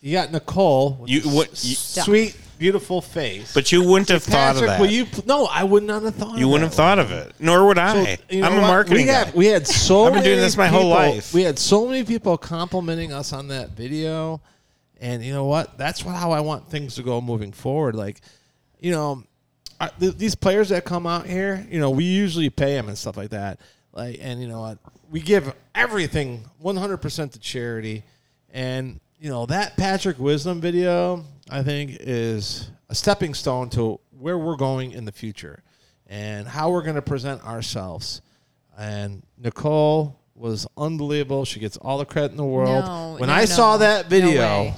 Speaker 7: You got Nicole, with
Speaker 9: You-
Speaker 7: the
Speaker 9: what-
Speaker 7: s-
Speaker 9: you-
Speaker 7: sweet, beautiful face.
Speaker 9: but you wouldn't have thought
Speaker 7: Patrick,
Speaker 9: of that.
Speaker 7: will you? No, I would not have thought.
Speaker 9: You
Speaker 7: of
Speaker 9: wouldn't
Speaker 7: that
Speaker 9: have thought of it, nor would I.
Speaker 7: one. So, you know
Speaker 9: I'm a
Speaker 7: what?
Speaker 9: marketing
Speaker 7: we had,
Speaker 9: guy.
Speaker 7: We had so.
Speaker 9: I've been doing
Speaker 7: many
Speaker 9: this my whole
Speaker 7: people-
Speaker 9: life.
Speaker 7: We had so many people complimenting us on that video, and you know what? That's what, how I want things to go moving forward. Like, you know, I, th- these players that come out here, you know, we usually pay them and stuff like that. Like, and you know what? We give everything 100% to charity. And, you know, that Patrick Wisdom video, I think, is a stepping stone to where we're going in the future and how we're going to present ourselves. And Nicole was unbelievable. She gets all the credit in the world.
Speaker 8: No,
Speaker 7: when
Speaker 8: no,
Speaker 7: I
Speaker 8: no.
Speaker 7: saw that
Speaker 8: No
Speaker 7: video,
Speaker 8: way.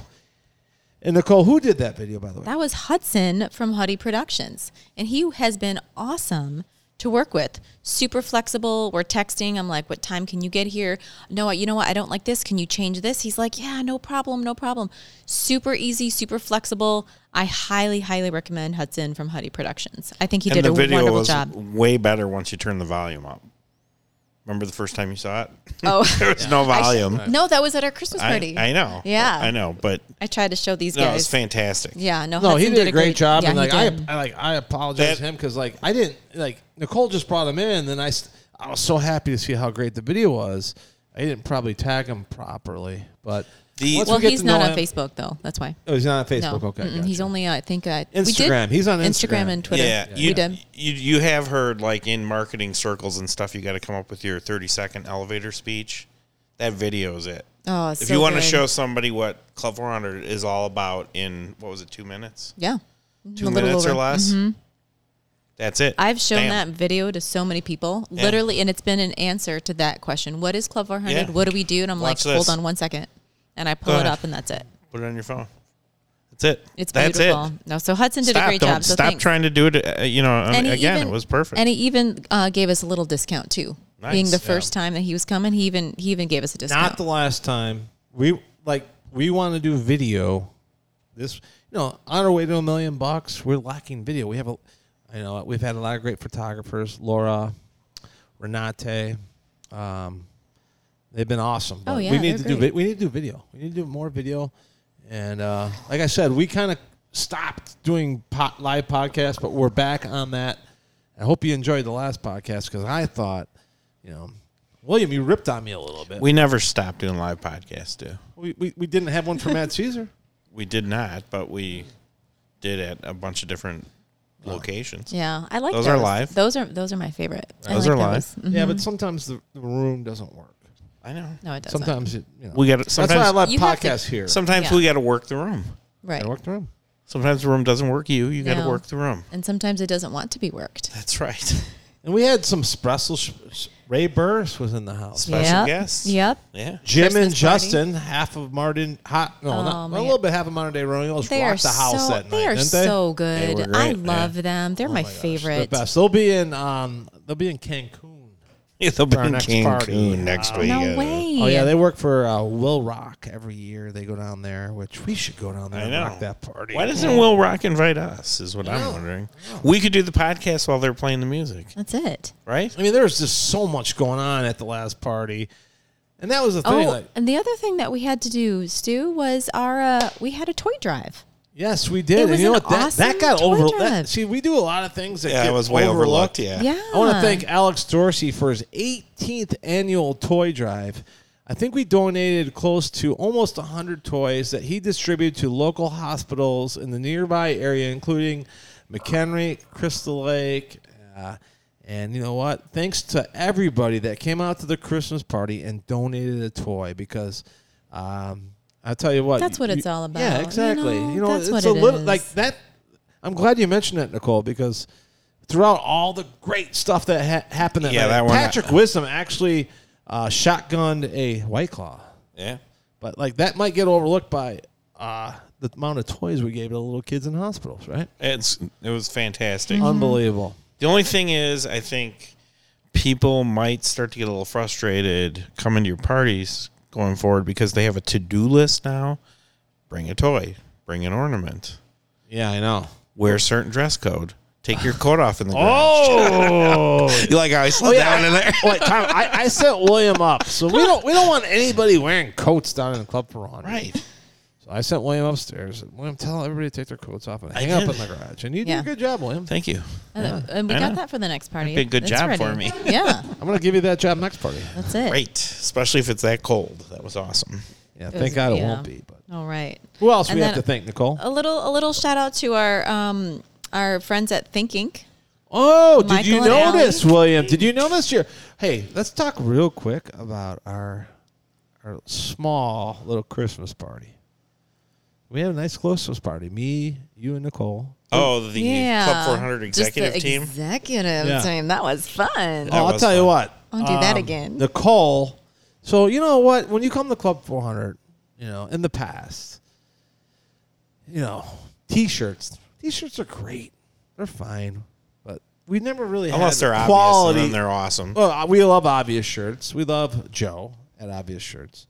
Speaker 7: and Nicole, who did that video, by the way?
Speaker 8: That was Hudson from Huddy Productions, and he has been awesome to work with. Super flexible. We're texting. I'm like, "What time can you get here?" No, you know what? I don't like this. Can you change this? He's like, "Yeah, no problem, no problem." Super easy, super flexible. I highly, highly recommend Hudson from Huddy Productions. I think he
Speaker 9: and
Speaker 8: did
Speaker 9: the
Speaker 8: a
Speaker 9: video
Speaker 8: wonderful
Speaker 9: was
Speaker 8: job.
Speaker 9: way better once you turn the volume up. Remember the first time you saw it?
Speaker 8: Oh,
Speaker 9: there was no
Speaker 8: I sh-
Speaker 9: volume.
Speaker 8: no, that was at our Christmas
Speaker 9: I,
Speaker 8: party.
Speaker 9: I know.
Speaker 8: Yeah.
Speaker 9: I know, but
Speaker 8: I tried to show these
Speaker 9: no, it was
Speaker 8: guys.
Speaker 9: fantastic.
Speaker 8: yeah, no,
Speaker 7: No,
Speaker 8: Hudson
Speaker 7: he did, a great, job,
Speaker 8: yeah,
Speaker 7: and
Speaker 8: he
Speaker 7: like I,
Speaker 8: did.
Speaker 7: I like I apologize to
Speaker 9: That-
Speaker 7: him because like I didn't like Nicole just brought him in, and I s- I was so happy to see how great the video was. I didn't probably tag him properly, but
Speaker 9: The-
Speaker 7: once we
Speaker 8: well,
Speaker 7: get
Speaker 8: he's
Speaker 7: to know
Speaker 8: not on
Speaker 7: him-
Speaker 8: Facebook though. That's why.
Speaker 7: Oh, he's not on Facebook.
Speaker 8: no,
Speaker 7: Okay,
Speaker 8: Mm-mm.
Speaker 7: gotcha.
Speaker 8: he's only uh, I think uh, we did-
Speaker 7: Instagram. He's on Instagram.
Speaker 8: Instagram and Twitter.
Speaker 9: Yeah,
Speaker 8: you,
Speaker 9: you,
Speaker 8: did.
Speaker 9: You you have heard like in marketing circles and stuff, you got to come up with your thirty second elevator speech. That video is it.
Speaker 8: Oh,
Speaker 9: if
Speaker 8: so
Speaker 9: you want to
Speaker 8: good.
Speaker 9: show somebody what Club Four Hundred is all about in what was it, two minutes,
Speaker 8: yeah, Mm-hmm.
Speaker 9: two
Speaker 8: A little
Speaker 9: minutes or
Speaker 8: over. Mm-hmm.
Speaker 9: less, that's it.
Speaker 8: I've shown
Speaker 9: Bam.
Speaker 8: that video to so many people, literally, and it's been an answer to that question: What is Club 400?
Speaker 9: Yeah.
Speaker 8: What do we do? And I'm
Speaker 9: Watch
Speaker 8: like,
Speaker 9: this.
Speaker 8: hold on one second, and I pull
Speaker 9: Go
Speaker 8: it
Speaker 9: ahead.
Speaker 8: up, and that's it.
Speaker 9: Put it on your phone. That's it.
Speaker 8: It's
Speaker 9: that's
Speaker 8: beautiful.
Speaker 9: it.
Speaker 8: No, so Hudson did
Speaker 9: Stop!
Speaker 8: a great
Speaker 9: don't
Speaker 8: job. So
Speaker 9: stop
Speaker 8: thanks.
Speaker 9: trying to do it. Uh, you know, I mean,
Speaker 8: And he
Speaker 9: again,
Speaker 8: even-
Speaker 9: it was perfect.
Speaker 8: And he even uh, gave us a little discount too.
Speaker 9: Nice.
Speaker 8: Being the
Speaker 9: Yeah.
Speaker 8: first time that he was coming, he even he even gave us a discount.
Speaker 7: not the last time we like we want to do video. This you know on our way to a million bucks, we're lacking video. We have a, I know we've had a lot of great photographers, Laura, Renate, um, they've been awesome. but
Speaker 8: Oh, yeah,
Speaker 7: we need to
Speaker 8: they're
Speaker 7: do
Speaker 8: great.
Speaker 7: vi- we need to do video. We need to do more video, and uh, like I said, we kind of stopped doing pot, live podcasts, but we're back on that. I hope you enjoyed the last podcast because I thought, you know, William, you ripped on me a little bit.
Speaker 9: we never stopped doing live podcasts, do?
Speaker 7: We, we, we didn't have one for Matt Caesar.
Speaker 9: We did not, but we did at a bunch of different locations.
Speaker 8: yeah, I like
Speaker 9: Those
Speaker 8: those.
Speaker 9: are live.
Speaker 8: Those are those are my favorite. I
Speaker 9: Those
Speaker 8: like
Speaker 9: are live.
Speaker 8: Mhm.
Speaker 7: Yeah, but sometimes the, the room doesn't work.
Speaker 9: I know.
Speaker 8: No, it doesn't.
Speaker 7: Sometimes it, you know.
Speaker 9: We got
Speaker 7: That's why I
Speaker 9: sometimes
Speaker 7: love
Speaker 8: You have to-
Speaker 7: podcasts here.
Speaker 9: sometimes
Speaker 8: Yeah.
Speaker 9: we got to work the room.
Speaker 8: right.
Speaker 7: I work the room.
Speaker 9: Sometimes the room doesn't work you. You got to
Speaker 8: No.
Speaker 9: work the room.
Speaker 8: And sometimes it doesn't want to be worked.
Speaker 9: That's right.
Speaker 7: And we had some special. Sh- sh- Ray Burris was in the house.
Speaker 9: Special
Speaker 8: yep.
Speaker 9: guest.
Speaker 8: Yep.
Speaker 9: Yeah.
Speaker 7: Jim
Speaker 8: Christmas
Speaker 7: and
Speaker 8: party.
Speaker 7: Justin, half of Martin, hot, no,
Speaker 8: Oh,
Speaker 7: not, a
Speaker 8: man.
Speaker 7: little bit half of Modern Day Romeo's
Speaker 8: They are
Speaker 7: rocked the house
Speaker 8: so,
Speaker 7: that night.
Speaker 8: They are
Speaker 7: didn't
Speaker 8: so
Speaker 9: They
Speaker 8: good.
Speaker 9: were
Speaker 8: I
Speaker 9: great, yeah.
Speaker 8: love them. They're my,
Speaker 7: they?
Speaker 8: favorite.
Speaker 7: The best. They'll be in. Um, they'll be in Cancun.
Speaker 9: yeah they'll be
Speaker 7: our
Speaker 9: in
Speaker 7: next
Speaker 9: Cancun
Speaker 7: party.
Speaker 9: next week.
Speaker 8: No
Speaker 9: Yeah.
Speaker 8: way.
Speaker 7: Oh yeah, they work for uh, Will Rock every year. They go down there, which we should go down there
Speaker 9: I
Speaker 7: and
Speaker 9: know.
Speaker 7: rock that party.
Speaker 9: Why doesn't Will Rock invite us? Is what I'm wondering. We could do the podcast while they're playing the music,
Speaker 8: That's it.
Speaker 9: right?
Speaker 7: I mean, there was just so much going on at the last party, and that was the thing.
Speaker 8: oh,
Speaker 7: like,
Speaker 8: and the other thing that we had to do, Stu, was our uh, we had a toy drive.
Speaker 7: yes, we did.
Speaker 8: It
Speaker 7: and
Speaker 8: was
Speaker 7: you know
Speaker 8: an
Speaker 7: what? That, that
Speaker 8: awesome
Speaker 7: got
Speaker 8: toy
Speaker 7: over. That,
Speaker 8: drive.
Speaker 7: see, we do a lot of things that
Speaker 9: Yeah,
Speaker 7: get
Speaker 9: it was way overlooked. Yeah.
Speaker 8: Yeah.
Speaker 7: I want to thank Alex Dorsey for his 18th annual toy drive. I think we donated close to almost 100 toys that he distributed to local hospitals in the nearby area, including McHenry, Crystal Lake, uh, And you know what? Thanks to everybody that came out to the Christmas party and donated a toy because um, I tell you what,
Speaker 8: That's what
Speaker 7: you-
Speaker 8: it's all about,
Speaker 7: Yeah,
Speaker 8: you
Speaker 7: exactly.
Speaker 8: know?
Speaker 7: You know,
Speaker 8: That's
Speaker 7: it's
Speaker 8: what
Speaker 7: a
Speaker 8: it
Speaker 7: little
Speaker 8: is.
Speaker 7: like that. I'm glad you mentioned it, Nicole, because throughout all the great stuff that ha- happened that
Speaker 9: Yeah,
Speaker 7: night,
Speaker 9: that one- uh,
Speaker 7: Patrick Wisdom actually uh, shotgunned a White Claw.
Speaker 9: Yeah.
Speaker 7: But like that might get overlooked by uh, the amount of toys we gave to little kids in hospitals, right?
Speaker 8: Mm-hmm.
Speaker 9: It's it was fantastic.
Speaker 7: Unbelievable.
Speaker 9: The only thing is, I think people might start to get a little frustrated coming to your parties going forward because they have a to-do list now. Bring a toy, bring an ornament,
Speaker 7: Yeah, I know.
Speaker 9: wear a certain dress code, take your coat off in the garage.
Speaker 7: Oh,
Speaker 9: You like how I slid down in there?
Speaker 7: Wait, Tom, I, I sent William up, so we don't we don't want anybody wearing coats down in the club for on.
Speaker 9: Right.
Speaker 7: So I sent William upstairs. and William, tell everybody to take their coats off and hang
Speaker 9: did.
Speaker 7: up in the garage. And you
Speaker 8: Yeah.
Speaker 7: did a good job, William.
Speaker 9: Thank you.
Speaker 8: And- Uh, and we
Speaker 9: I
Speaker 8: got
Speaker 9: know.
Speaker 8: that for the next party.
Speaker 9: That'd be a good
Speaker 8: It's
Speaker 9: job
Speaker 8: ready.
Speaker 9: for me.
Speaker 8: Yeah,
Speaker 7: I'm going to give you that job next party.
Speaker 8: that's it.
Speaker 9: Great, especially if it's that cold. That was awesome.
Speaker 7: Yeah,
Speaker 8: It
Speaker 7: thank
Speaker 8: was-
Speaker 7: God it
Speaker 8: yeah.
Speaker 7: won't be. But
Speaker 8: All right.
Speaker 7: who else
Speaker 8: And
Speaker 7: we have
Speaker 8: then- oh,
Speaker 7: to thank, Nicole?
Speaker 8: A little, a little shout out to our um, our friends at Think Inc.
Speaker 7: Oh, did
Speaker 8: Michael
Speaker 7: you
Speaker 8: and
Speaker 7: notice, William? Did you notice your? Hey, let's talk real quick about our our small little Christmas party. We had a nice Christmas party. Me, you, and Nicole.
Speaker 9: Oh, the Club 400 executive
Speaker 8: Just the
Speaker 9: team.
Speaker 8: Executive
Speaker 7: Yeah.
Speaker 8: team. That was fun.
Speaker 7: oh, I'll
Speaker 9: was
Speaker 7: tell you
Speaker 9: fun.
Speaker 7: what.
Speaker 8: I'll do that
Speaker 7: um,
Speaker 8: again.
Speaker 7: Nicole. So you know what? When you come to Club 400, you know, in the past, you know, t-shirts. T-shirts are great. They're fine, but we never really
Speaker 9: Unless
Speaker 7: had
Speaker 9: they're obvious,
Speaker 7: quality.
Speaker 9: and then they're awesome.
Speaker 7: Well, uh, we love obvious shirts. We love Joe at obvious shirts,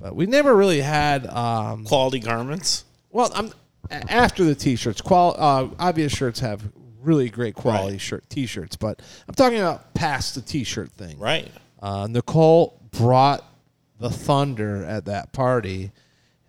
Speaker 7: but we never really had. Um,
Speaker 9: Quality garments.
Speaker 7: well, I'm a- after the t-shirts. Qual uh, obvious shirts have really great quality shirt t-shirts, but I'm talking about past the t-shirt thing.
Speaker 9: Right.
Speaker 7: Uh, Nicole brought the thunder at that party,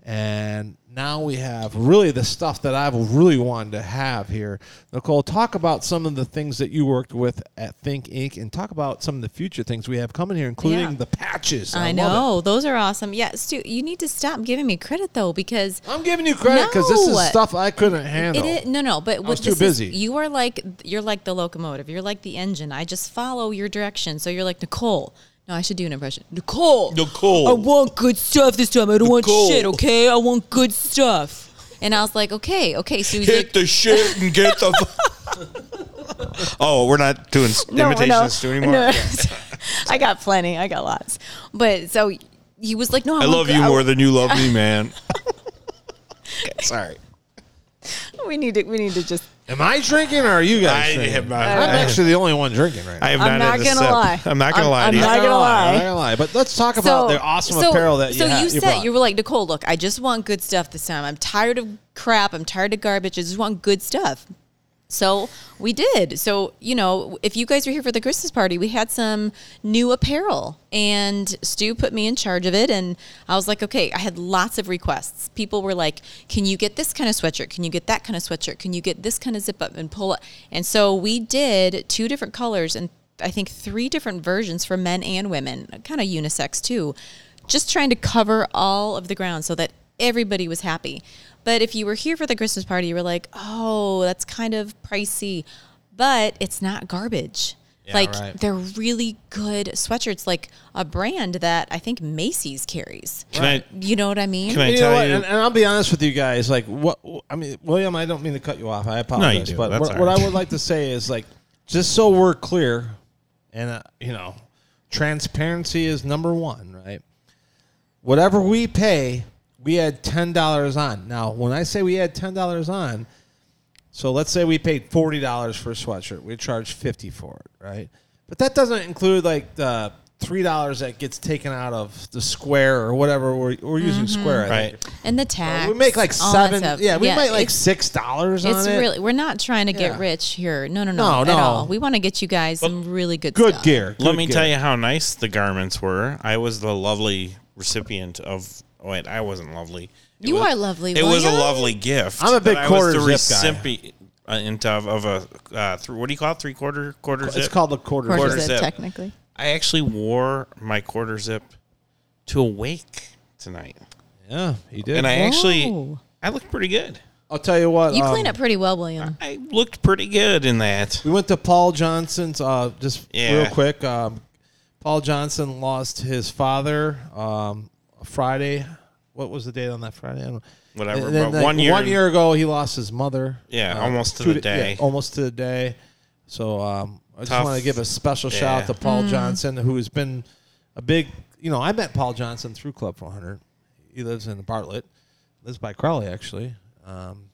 Speaker 7: and now we have really the stuff that I've really wanted to have here. Nicole, talk about some of the things that you worked with at Think Inc. and talk about some of the future things we have coming here, including
Speaker 8: Yeah.
Speaker 7: the patches. love
Speaker 8: I,
Speaker 7: it.
Speaker 8: know those are awesome. Yeah, Stu, you need to stop giving me credit though because
Speaker 7: I'm giving you credit because this is
Speaker 8: No.
Speaker 7: stuff I couldn't handle.
Speaker 8: It is, no, no, but what
Speaker 7: was too
Speaker 8: this is-
Speaker 7: busy.
Speaker 8: you are like you're like the locomotive. You're like the engine. I just follow your direction. So you're like Nicole. No, I should do an impression. Nicole.
Speaker 9: Nicole.
Speaker 8: I want good stuff this time. I don't
Speaker 9: Nicole.
Speaker 8: want shit. Okay, I want good stuff. And I was like, okay, okay. So he's like,
Speaker 9: the shit and get the. oh, we're not doing s- imitations
Speaker 8: no.
Speaker 9: Stu, anymore.
Speaker 8: No. I got plenty. I got lots. But so he was like, no, I,
Speaker 9: I
Speaker 8: want
Speaker 9: love
Speaker 8: good-
Speaker 9: you
Speaker 8: I-
Speaker 9: more than you love me, man. Sorry.
Speaker 8: We need to. We need to just.
Speaker 7: Am I drinking or are you
Speaker 9: I
Speaker 7: guys? drinking?
Speaker 9: have not-
Speaker 7: I'm
Speaker 9: I-
Speaker 7: actually the only one drinking right now.
Speaker 9: I have
Speaker 8: Uh, I'm
Speaker 9: not,
Speaker 8: not
Speaker 9: had a
Speaker 8: gonna
Speaker 9: sip.
Speaker 8: lie.
Speaker 9: I'm not gonna
Speaker 8: I'm-
Speaker 9: lie to
Speaker 8: I'm
Speaker 9: you.
Speaker 8: not- gonna lie.
Speaker 7: I'm not gonna lie. But let's talk about their awesome
Speaker 8: so-
Speaker 7: apparel that you
Speaker 8: so
Speaker 7: ha-
Speaker 8: you said
Speaker 7: brought.
Speaker 8: you were like Nicole. Look, I just want good stuff this time. I'm tired of crap. I'm tired of garbage. I just want good stuff. So we did. So you know, if you guys were here for the Christmas party, we had some new apparel, and Stu put me in charge of it. And I was like, okay, I had lots of requests. People were like, can you get this kind of sweatshirt? Can you get that kind of sweatshirt? Can you get this kind of zip up and pull up? And so we did two different colors and I think three different versions for men and women, kind of unisex too, just trying to cover all of the ground so that everybody was happy. But if you were here for the Christmas party, you were like, oh, that's kind of pricey, but it's not garbage. like
Speaker 7: right.
Speaker 8: they're really good sweatshirts, like a brand that I think Macy's carries.
Speaker 9: Can I?
Speaker 8: You know what I mean?
Speaker 9: Can I
Speaker 7: You know
Speaker 9: tell
Speaker 7: what?
Speaker 9: you?
Speaker 7: And, and I'll be honest with you guys. Like, what I mean, William, I don't mean to cut you off. I apologize,
Speaker 9: do.
Speaker 7: but
Speaker 9: That's
Speaker 7: what,
Speaker 9: all
Speaker 7: what
Speaker 9: right.
Speaker 7: I would like to say is like, just so we're clear, and uh, you know, transparency is number one, right? Whatever we pay, we had ten dollars on. Now, when I say we had ten dollars on, so let's say we paid forty dollars for a sweatshirt, we charge fifty for it, right? But that doesn't include like the three dollars that gets taken out of the square or whatever we're, we're using square. I think.
Speaker 9: Right.
Speaker 8: and the tax.
Speaker 7: We make like
Speaker 8: Mm-hmm. all that
Speaker 7: seven.
Speaker 8: stuff.
Speaker 7: Yeah, we make like
Speaker 8: it's-
Speaker 7: six dollars on
Speaker 8: It's
Speaker 7: it.
Speaker 8: really we're not trying to get
Speaker 7: Yeah.
Speaker 8: rich here. No, no,
Speaker 7: No,
Speaker 8: no,
Speaker 7: no.
Speaker 8: at all. We want to get you guys some really good,
Speaker 7: good
Speaker 8: stuff.
Speaker 7: gear.
Speaker 9: Let me tell you how nice the garments were. I was the lovely recipient of. Wait, I wasn't lovely. It
Speaker 8: You
Speaker 9: was-
Speaker 8: are lovely,
Speaker 9: It was a
Speaker 8: William.
Speaker 9: lovely gift.
Speaker 7: I'm a big
Speaker 9: that I
Speaker 7: quarter
Speaker 9: was the
Speaker 7: zip guy.
Speaker 9: recipient uh, of, of a uh, th- what do you call it? Three quarter quarter.
Speaker 7: It's
Speaker 9: zip?
Speaker 7: called a quarter.
Speaker 8: Of course,
Speaker 9: Quarter
Speaker 8: it's
Speaker 9: zip.
Speaker 8: technically.
Speaker 9: I actually wore my quarter zip to a wake tonight,
Speaker 7: Yeah, you did.
Speaker 9: and I actually
Speaker 8: Whoa.
Speaker 9: I looked pretty good.
Speaker 7: I'll tell you what.
Speaker 8: You
Speaker 7: um,
Speaker 8: clean up pretty well, William.
Speaker 9: I looked pretty good in that.
Speaker 7: We went to Paul Johnson's. Uh, just
Speaker 9: Yeah.
Speaker 7: real quick, um, Paul Johnson lost his father um, Friday. What was the date on that Friday? I don't know.
Speaker 9: Whatever,
Speaker 7: And then,
Speaker 9: but
Speaker 7: like,
Speaker 9: one year-
Speaker 7: One year ago, he lost his mother. Um,
Speaker 9: Yeah, almost to
Speaker 7: two
Speaker 9: the
Speaker 7: da-
Speaker 9: day.
Speaker 7: almost to the day. So um, I just
Speaker 9: Tough.
Speaker 7: want to give a special
Speaker 9: Yeah.
Speaker 7: shout out to Paul Johnson, who has been a big. You know, I met Paul Johnson through Club 400. He lives in Bartlett, lives by Crowley actually. Um,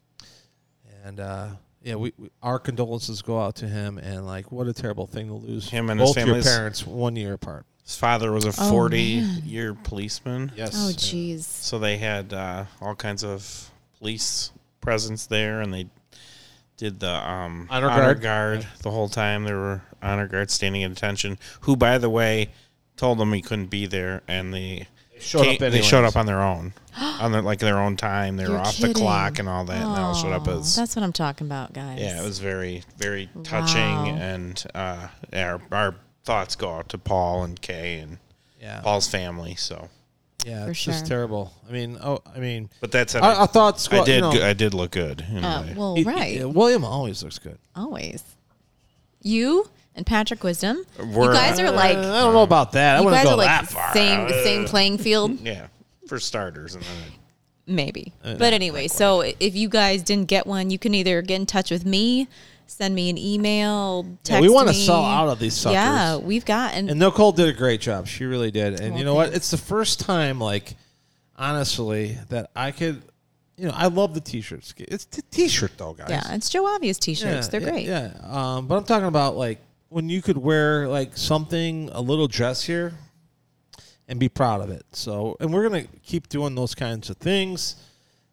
Speaker 7: and uh, yeah, we, we our condolences go out to him. And like, what a terrible thing to lose
Speaker 9: Him and his
Speaker 7: both your
Speaker 9: family's-
Speaker 7: parents one year apart.
Speaker 9: His father was a
Speaker 8: Oh,
Speaker 9: 40 year policeman.
Speaker 7: Yes.
Speaker 8: Oh, jeez.
Speaker 9: So they had uh, all kinds of police presence there, and they did the um,
Speaker 7: Honor guard.
Speaker 9: guard the whole time. There were honor guards standing at attention, who, by the way, told them he couldn't be there, and they
Speaker 7: Showed up
Speaker 9: They showed
Speaker 7: anyways.
Speaker 9: up on their own, on their, like their own time. They were
Speaker 8: You're
Speaker 9: off the
Speaker 8: kidding.
Speaker 9: clock and all that, and they all showed up
Speaker 8: Aw,
Speaker 9: as
Speaker 8: that's what I'm talking about, guys.
Speaker 9: yeah, it was very, very touching,
Speaker 8: Wow.
Speaker 9: and uh, our our thoughts go out to Paul and Kay and
Speaker 7: Yeah,
Speaker 9: Paul's family. So,
Speaker 7: yeah,
Speaker 8: For
Speaker 7: it's
Speaker 8: sure.
Speaker 7: just terrible. I mean, oh, I mean,
Speaker 9: but that's
Speaker 7: our, our thoughts. go-
Speaker 9: I
Speaker 7: you
Speaker 9: did.
Speaker 7: know,
Speaker 9: go- I did look good. in a
Speaker 8: Uh,
Speaker 9: way.
Speaker 8: well,
Speaker 7: he-
Speaker 8: right.
Speaker 7: yeah, William always looks good.
Speaker 8: Always. You and Patrick Wisdom.
Speaker 9: We're-
Speaker 8: you guys are like.
Speaker 7: Uh,
Speaker 9: Uh-huh.
Speaker 7: I don't know about that. I
Speaker 8: you
Speaker 7: wouldn't
Speaker 8: guys
Speaker 7: go
Speaker 8: are like
Speaker 7: that far.
Speaker 8: same same playing field.
Speaker 9: yeah, for starters, and then
Speaker 8: maybe. but anyway, so if you guys didn't get one, you can either get in touch with me, send me an email, text
Speaker 7: Yeah, we
Speaker 8: want
Speaker 7: wanna sell out of these suckers.
Speaker 8: Yeah, we've got and,
Speaker 7: And Nicole did a great job. She really did. And you know what?
Speaker 8: thanks.
Speaker 7: It's the first time, like, honestly, that I could, you know, I love the t-shirts. It's the t-shirt though, guys.
Speaker 8: yeah, it's Joe Obvious t-shirts. They're
Speaker 7: yeah,
Speaker 8: great.
Speaker 7: Yeah. Um, but I'm talking about like when you could wear like something a little dressier and be proud of it. So, and we're gonna keep doing those kinds of things.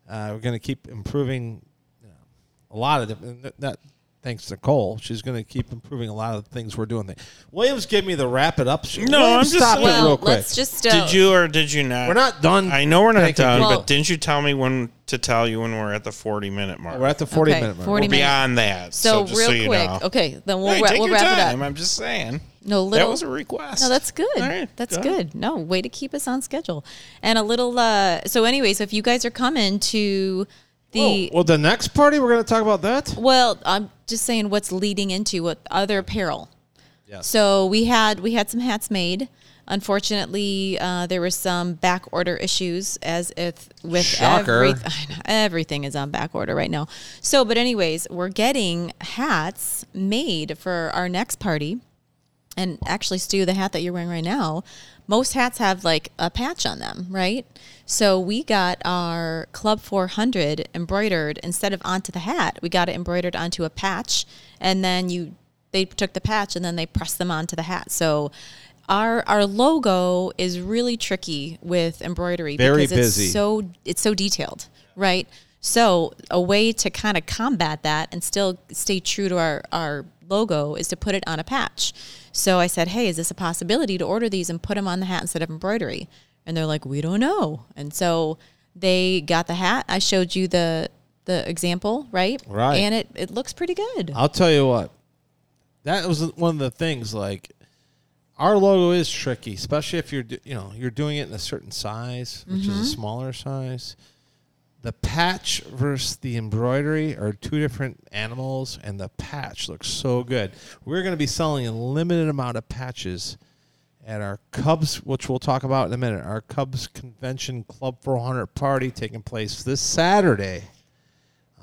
Speaker 7: Uh, we're gonna keep improving you know, a lot of different. That, that thanks to Cole, she's gonna keep improving a lot of the things we're doing. There. Williams gave me the wrap it up. shirt.
Speaker 9: No,
Speaker 7: Williams,
Speaker 9: I'm just
Speaker 7: stop
Speaker 9: saying-
Speaker 7: it
Speaker 8: Well,
Speaker 7: real quick.
Speaker 8: let's just uh,
Speaker 9: did you or did you not?
Speaker 7: we're not done.
Speaker 9: I know we're not
Speaker 7: Thank you.
Speaker 9: done,
Speaker 8: Well-
Speaker 9: but didn't you tell me when to tell you when we're at the forty minute mark?
Speaker 7: We're at the 40
Speaker 8: Okay,
Speaker 7: minute mark.
Speaker 8: 40
Speaker 9: We're beyond that.
Speaker 8: so,
Speaker 9: So, just
Speaker 8: real
Speaker 9: so you
Speaker 8: quick.
Speaker 9: know.
Speaker 8: Okay, then we'll
Speaker 9: Hey,
Speaker 8: wra-
Speaker 9: take
Speaker 8: we'll
Speaker 9: your
Speaker 8: wrap
Speaker 9: time.
Speaker 8: it up.
Speaker 9: I'm just saying.
Speaker 8: No little
Speaker 9: that was a request.
Speaker 8: No, that's good.
Speaker 9: All right,
Speaker 8: that's
Speaker 9: go ahead.
Speaker 8: good. No, way to keep us on schedule. And a little uh so anyway, so if you guys are coming to the
Speaker 7: Oh, well, the next party we're gonna talk about that.
Speaker 8: Well, I'm just saying what's leading into what other apparel.
Speaker 7: Yes.
Speaker 8: So we had we had some hats made. Unfortunately, uh, there were some back order issues, as if with
Speaker 7: Shocker.
Speaker 8: every- I know, everything is on back order right now. So, but anyways, we're getting hats made for our next party. And actually, Stu, the hat that you're wearing right now, most hats have like a patch on them, right? So we got our Club 400 embroidered instead of onto the hat. We got it embroidered onto a patch, and then you they took the patch and then they pressed them onto the hat. So our our logo is really tricky with embroidery
Speaker 7: Very
Speaker 8: because
Speaker 7: busy.
Speaker 8: it's so it's so detailed, right? So a way to kind of combat that and still stay true to our our logo is to put it on a patch. So I said, "Hey, is this a possibility to order these and put them on the hat instead of embroidery?" And they're like, "We don't know." And so they got the hat. I showed you the the example, right?
Speaker 7: Right. Uh,
Speaker 8: And it it looks pretty good.
Speaker 7: I'll tell you what. That was one of the things. Like, our logo is tricky, especially if you're do- you know you're doing it in a certain size, which is a smaller size. The patch versus the embroidery are two different animals, and the patch looks so good. We're going to be selling a limited amount of patches at our Cubs, which we'll talk about in a minute. Our Cubs Convention Club 400 party taking place this Saturday.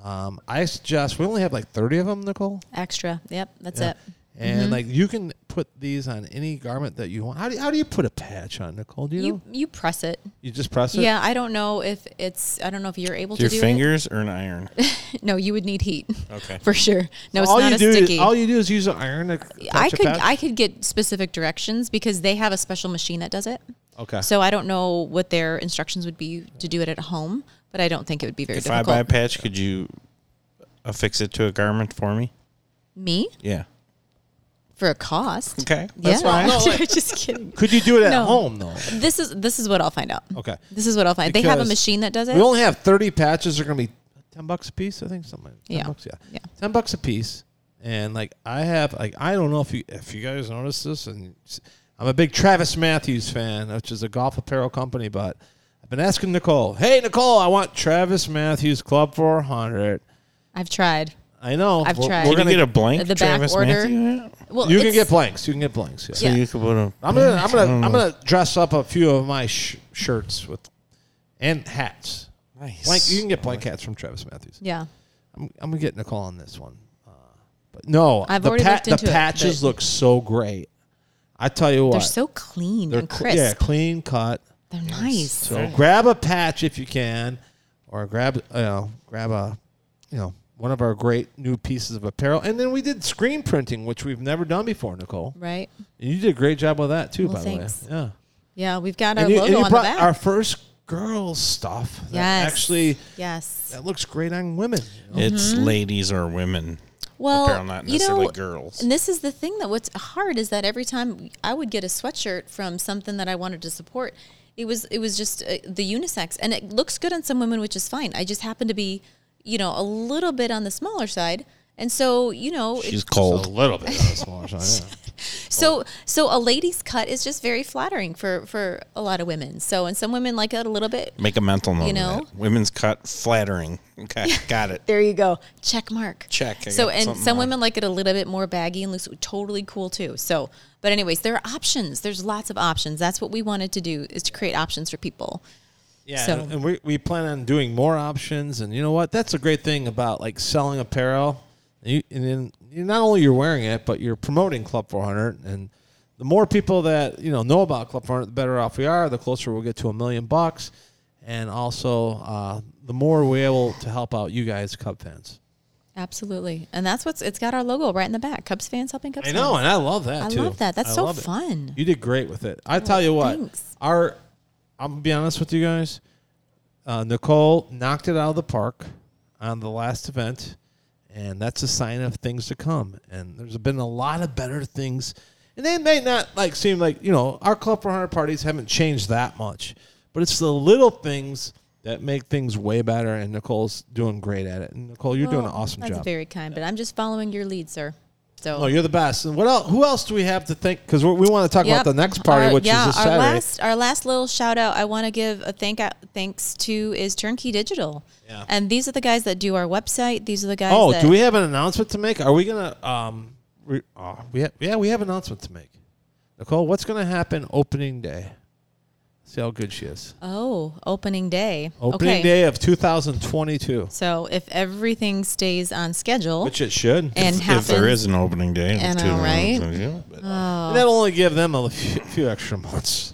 Speaker 7: Um, I suggest we only have like 30 of them, Nicole.
Speaker 8: Extra. Yep, that's it.
Speaker 7: And
Speaker 8: Mm-hmm.
Speaker 7: like you can put these on any garment that you want. How do, how do you put a patch on, Nicole? Do you, know?
Speaker 8: You you press it.
Speaker 7: You just press it.
Speaker 8: Yeah, I don't know if it's I don't know if you're able
Speaker 9: Your
Speaker 8: to do
Speaker 9: fingers or an iron?
Speaker 8: it. No, you would need heat.
Speaker 9: Okay.
Speaker 8: For sure. No, it's
Speaker 7: all
Speaker 8: not
Speaker 7: you
Speaker 8: a
Speaker 7: do
Speaker 8: sticky.
Speaker 7: Is, all you do is use an iron. To touch
Speaker 8: I
Speaker 7: a
Speaker 8: could
Speaker 7: patch?
Speaker 8: I could get specific directions because they have a special machine that does it.
Speaker 7: okay.
Speaker 8: So I don't know what their instructions would be to do it at home, but I don't think it would be very
Speaker 9: if I
Speaker 8: difficult.
Speaker 9: buy a patch, could you affix it to a garment for me?
Speaker 8: Me
Speaker 9: Yeah.
Speaker 8: for a cost.
Speaker 9: Okay.
Speaker 8: Yeah,
Speaker 9: That's fine.
Speaker 8: just kidding.
Speaker 7: could you do it at
Speaker 8: No.
Speaker 7: home though?
Speaker 8: This is this is what I'll find out.
Speaker 7: Okay.
Speaker 8: This is what I'll find. they have a
Speaker 7: Because
Speaker 8: machine that does it.
Speaker 7: We only have 30 patches. They're going to be 10 bucks a piece, I think something. Like 10
Speaker 8: Yeah.
Speaker 7: Bucks, yeah.
Speaker 8: Yeah.
Speaker 7: 10 bucks a piece. And like I have like I don't know if you if you guys noticed this and s- I'm a big Travis Matthews fan, which is a golf apparel company, but I've been asking Nicole, hey, Nicole, I want Travis Matthews Club 400.
Speaker 8: I've tried.
Speaker 7: I know.
Speaker 8: I've
Speaker 7: we're-
Speaker 8: tried.
Speaker 7: we're
Speaker 4: Can you
Speaker 7: gonna-
Speaker 4: get a blank?
Speaker 8: the back
Speaker 4: Travis
Speaker 8: order.
Speaker 4: Mathew?
Speaker 8: Well,
Speaker 7: you can
Speaker 8: it's-
Speaker 7: get blanks. You can get blanks. Yeah.
Speaker 4: So
Speaker 8: Yeah.
Speaker 4: you Oh. could put a.
Speaker 7: I'm gonna I'm
Speaker 4: I don't
Speaker 7: gonna
Speaker 4: know.
Speaker 7: I'm gonna dress up a few of my sh- shirts with and hats.
Speaker 4: Nice.
Speaker 7: Blank, you can get blank hats from Travis Matthews.
Speaker 8: Yeah.
Speaker 7: I'm, I'm gonna get Nicole on this one. Uh, but no,
Speaker 8: I've
Speaker 7: the,
Speaker 8: already looked into
Speaker 7: the
Speaker 8: it,
Speaker 7: patches
Speaker 8: but-
Speaker 7: look so great. I tell you what,
Speaker 8: They're so clean
Speaker 7: they're
Speaker 8: and
Speaker 7: cl-
Speaker 8: crisp.
Speaker 7: Yeah, clean cut.
Speaker 8: They're nice.
Speaker 7: So grab a patch if you can, or grab you know grab a you know one of our great new pieces of apparel. And then we did screen printing, which we've never done before, Nicole.
Speaker 8: Right?
Speaker 7: And you did a great job with that too,
Speaker 8: Well,
Speaker 7: by
Speaker 8: thanks.
Speaker 7: the way. Yeah.
Speaker 8: Yeah, we've got our
Speaker 7: and you, and
Speaker 8: logo
Speaker 7: you
Speaker 8: on the
Speaker 7: brought
Speaker 8: back.
Speaker 7: our first girls stuff. that
Speaker 8: yes.
Speaker 7: Actually,
Speaker 8: Yes.
Speaker 7: that looks great on women. you know?
Speaker 4: It's ladies or women.
Speaker 8: Mm-hmm. Well,
Speaker 4: apparel, not
Speaker 8: you know,
Speaker 4: necessarily girls.
Speaker 8: and this is the thing that what's hard is that every time I would get a sweatshirt from something that I wanted to support, it was it was just uh, the unisex, and it looks good on some women, which is fine. I just happen to be, you know, a little bit on the smaller side, and so you know, it-
Speaker 4: She's
Speaker 7: A
Speaker 4: cold.
Speaker 7: little bit on the smaller side. yeah.
Speaker 8: so so a lady's cut is just very flattering for for a lot of women. So and some women like it a little bit.
Speaker 4: Make a mental note.
Speaker 8: You
Speaker 4: of
Speaker 8: know?
Speaker 4: that. women's cut flattering. Okay, got it.
Speaker 8: There you go. Check mark.
Speaker 4: Check. I
Speaker 8: So
Speaker 4: got
Speaker 8: and
Speaker 4: something
Speaker 8: some
Speaker 4: on.
Speaker 8: women like it a little bit more baggy and looks totally cool too. So, but anyways, there are options. There's lots of options. That's what we wanted to do is to create options for people.
Speaker 7: Yeah,
Speaker 8: So-
Speaker 7: and- and we, we plan on doing more options. And you know what? That's a great thing about like selling apparel. You, and then you, not only you're wearing it, but you're promoting Club 400. And the more people that you know know about Club 400, the better off we are. The closer we'll get to a million bucks, and also uh, the more we're able to help out you guys, Cub fans.
Speaker 8: Absolutely. And that's what's it's got our logo right in the back. Cubs fans helping Cubs.
Speaker 7: I know,
Speaker 8: fans.
Speaker 7: and I love that.
Speaker 8: I
Speaker 7: too.
Speaker 8: love that. That's
Speaker 7: I
Speaker 8: so
Speaker 7: love it.
Speaker 8: fun.
Speaker 7: You did great with it. I tell you what,
Speaker 8: thanks.
Speaker 7: our I'm gonna be honest with you guys. Uh, Nicole knocked it out of the park on the last event, and that's a sign of things to come. And there's been a lot of better things, and they may not like seem like you know our club 400 parties haven't changed that much, but it's the little things that make things way better. And Nicole's doing great at it. And Nicole, you're doing an
Speaker 8: Well,
Speaker 7: awesome
Speaker 8: that's
Speaker 7: job.
Speaker 8: very kind, but I'm just following your lead, sir. So
Speaker 7: Oh, you're the best. And what else? Who else do we have to thank? Because we want to talk
Speaker 8: Yep.
Speaker 7: about the next party,
Speaker 8: Our-
Speaker 7: which
Speaker 8: yeah,
Speaker 7: is this
Speaker 8: our
Speaker 7: Saturday.
Speaker 8: last our last little shout out. I want to give a thank out, thanks to is Turnkey Digital. Yeah. And these are the guys that do our website. These are the guys.
Speaker 7: oh,
Speaker 8: that,
Speaker 7: do we have an announcement to make? Are we gonna? Um, re, oh, we ha- yeah, we have an announcement to make. Nicole, what's gonna happen opening day? See how good she is.
Speaker 8: Oh, opening day.
Speaker 7: Opening
Speaker 8: okay. Oh.
Speaker 7: day of 2022,
Speaker 8: So if everything stays on schedule
Speaker 7: which it should.
Speaker 8: and
Speaker 4: If
Speaker 8: happens,
Speaker 4: there is an opening day,
Speaker 8: I
Speaker 4: it's
Speaker 8: know,
Speaker 4: two
Speaker 8: right?
Speaker 4: months, yeah, but-
Speaker 8: uh,
Speaker 7: And that'll only give them a few, few extra months.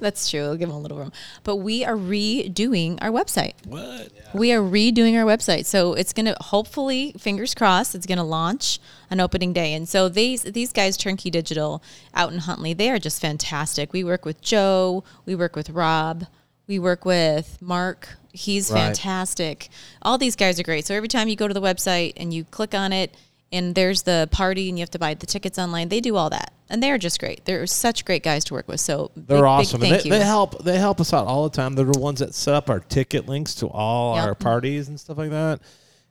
Speaker 8: that's true. I'll give them a little room. But we are redoing our website. What? We are redoing our website. So it's going to hopefully, fingers crossed, it's going to launch on opening day. And so these these guys, Turnkey Digital, out in Huntley, they are just fantastic. We work with Joe. We work with Rob. We work with Mark. He's
Speaker 7: Right.
Speaker 8: fantastic. All these guys are great. So every time you go to the website and you click on it, and there's the party, and you have to buy the tickets online. They do all that, and they are just great. They're such great guys to work with. So
Speaker 7: They're
Speaker 8: big, big
Speaker 7: awesome. and
Speaker 8: thank
Speaker 7: they,
Speaker 8: you.
Speaker 7: they help they help us out all the time. They're the ones that set up our ticket links to all
Speaker 8: Yep.
Speaker 7: our parties and stuff like that.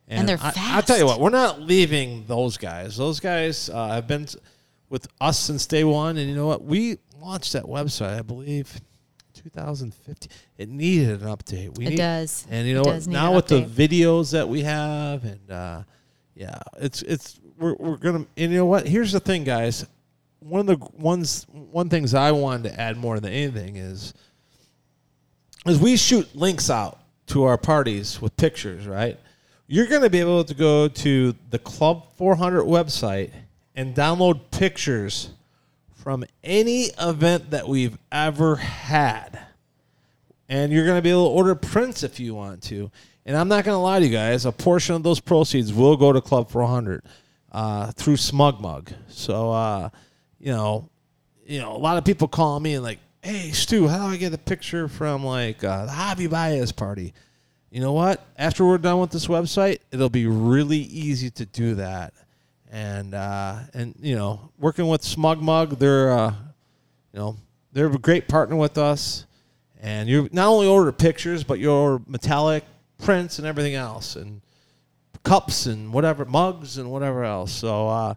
Speaker 7: And,
Speaker 8: they're
Speaker 7: I, I'll
Speaker 8: fast.
Speaker 7: tell you what, we're not leaving those guys. Those guys uh, have been s- with us since day one. And you know what? We launched that website, I believe, 2015. It needed an update. We
Speaker 8: It
Speaker 7: need-
Speaker 8: does.
Speaker 7: And you
Speaker 8: It
Speaker 7: know what?
Speaker 8: does need
Speaker 7: Now
Speaker 8: an
Speaker 7: with
Speaker 8: update.
Speaker 7: the videos that we have, and uh, yeah, it's it's we're we're gonna. And you know what? Here's the thing, guys. One of the ones one things I wanted to add more than anything is is we shoot links out to our parties with pictures, right? You're going to be able to go to the Club 400 website and download pictures from any event that we've ever had. And you're going to be able to order prints if you want to. And I'm not going to lie to you guys, a portion of those proceeds will go to Club 400 uh, through Smug Mug. So, uh, you know, you know, a lot of people call me and like, hey, Stu, how do I get a picture from like uh, the Hobby Bias party? You know what? After we're done with this website, it'll be really easy to do that. And uh, and you know, working with Smug Mug, they're uh, you know they're a great partner with us. And you not only order pictures, but you order metallic prints and everything else, and cups and whatever mugs and whatever else. So uh,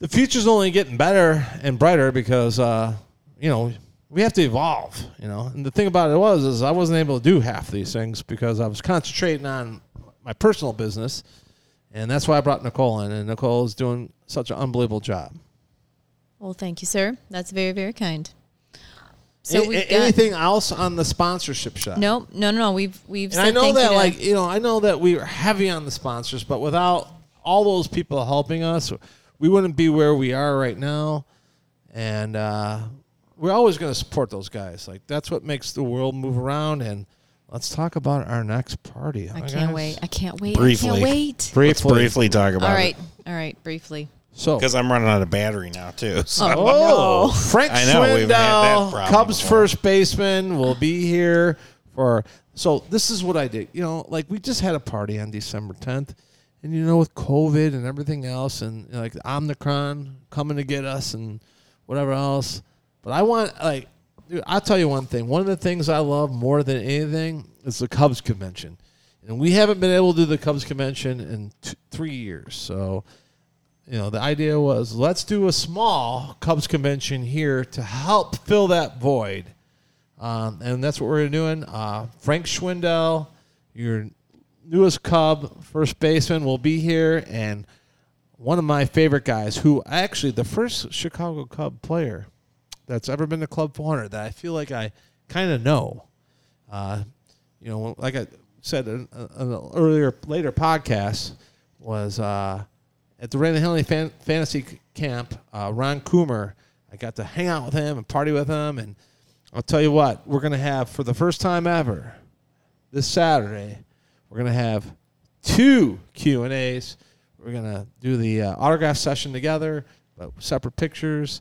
Speaker 7: the future's only getting better and brighter because uh, you know we have to evolve, you know. And the thing about it was is I wasn't able to do half these things because I was concentrating on my personal business, and that's why I brought Nicole in. And Nicole is doing such an unbelievable job.
Speaker 8: Well, thank you, sir. That's very, very kind.
Speaker 7: So
Speaker 8: So we've got,
Speaker 7: anything else on the sponsorship shop?
Speaker 8: No, no, no, no. We've we've.
Speaker 7: And
Speaker 8: said
Speaker 7: I know
Speaker 8: thank you
Speaker 7: that,
Speaker 8: to-
Speaker 7: like you know, I know that we were heavy on the sponsors, but without all those people helping us, we wouldn't be where we are right now. And uh, we're always going to support those guys. Like that's what makes the world move around. And let's talk about our next party.
Speaker 8: I can't wait. I can't wait. I
Speaker 4: Briefly.
Speaker 8: can't wait.
Speaker 4: Briefly. Let's briefly talk about
Speaker 8: All right, all right. Briefly.
Speaker 7: So
Speaker 4: Because I'm running out of battery now, too. So.
Speaker 7: Oh, Frank
Speaker 4: I know, we haven't had that
Speaker 7: Swindell,
Speaker 4: problem
Speaker 7: Cubs
Speaker 4: before.
Speaker 7: first baseman, will be here for. So this is what I did. You know, like we just had a party on December 10th, and you know, with COVID and everything else, and you know, like Omicron coming to get us and whatever else. But I want like, dude, I'll tell you one thing. One of the things I love more than anything is the Cubs convention. And we haven't been able to do the Cubs convention in t- three years. So you know, the idea was let's do a small Cubs convention here to help fill that void. Um, and that's what we're doing. Uh, Frank Schwindel, your newest Cub first baseman, will be here. And one of my favorite guys, who actually the first Chicago Cub player that's ever been to Club 400 that I feel like I kind of know. Uh, you know, when- like I said in uh, in an earlier, later podcast, was uh, at the Raymond Henley fan, Fantasy c- Camp, uh, Ron Coomer. I got to hang out with him and party with him. And I'll tell you what, we're going to have, for the first time ever, this Saturday, we're going to have two Q and A's. We're going to do the uh, autograph session together, but separate pictures,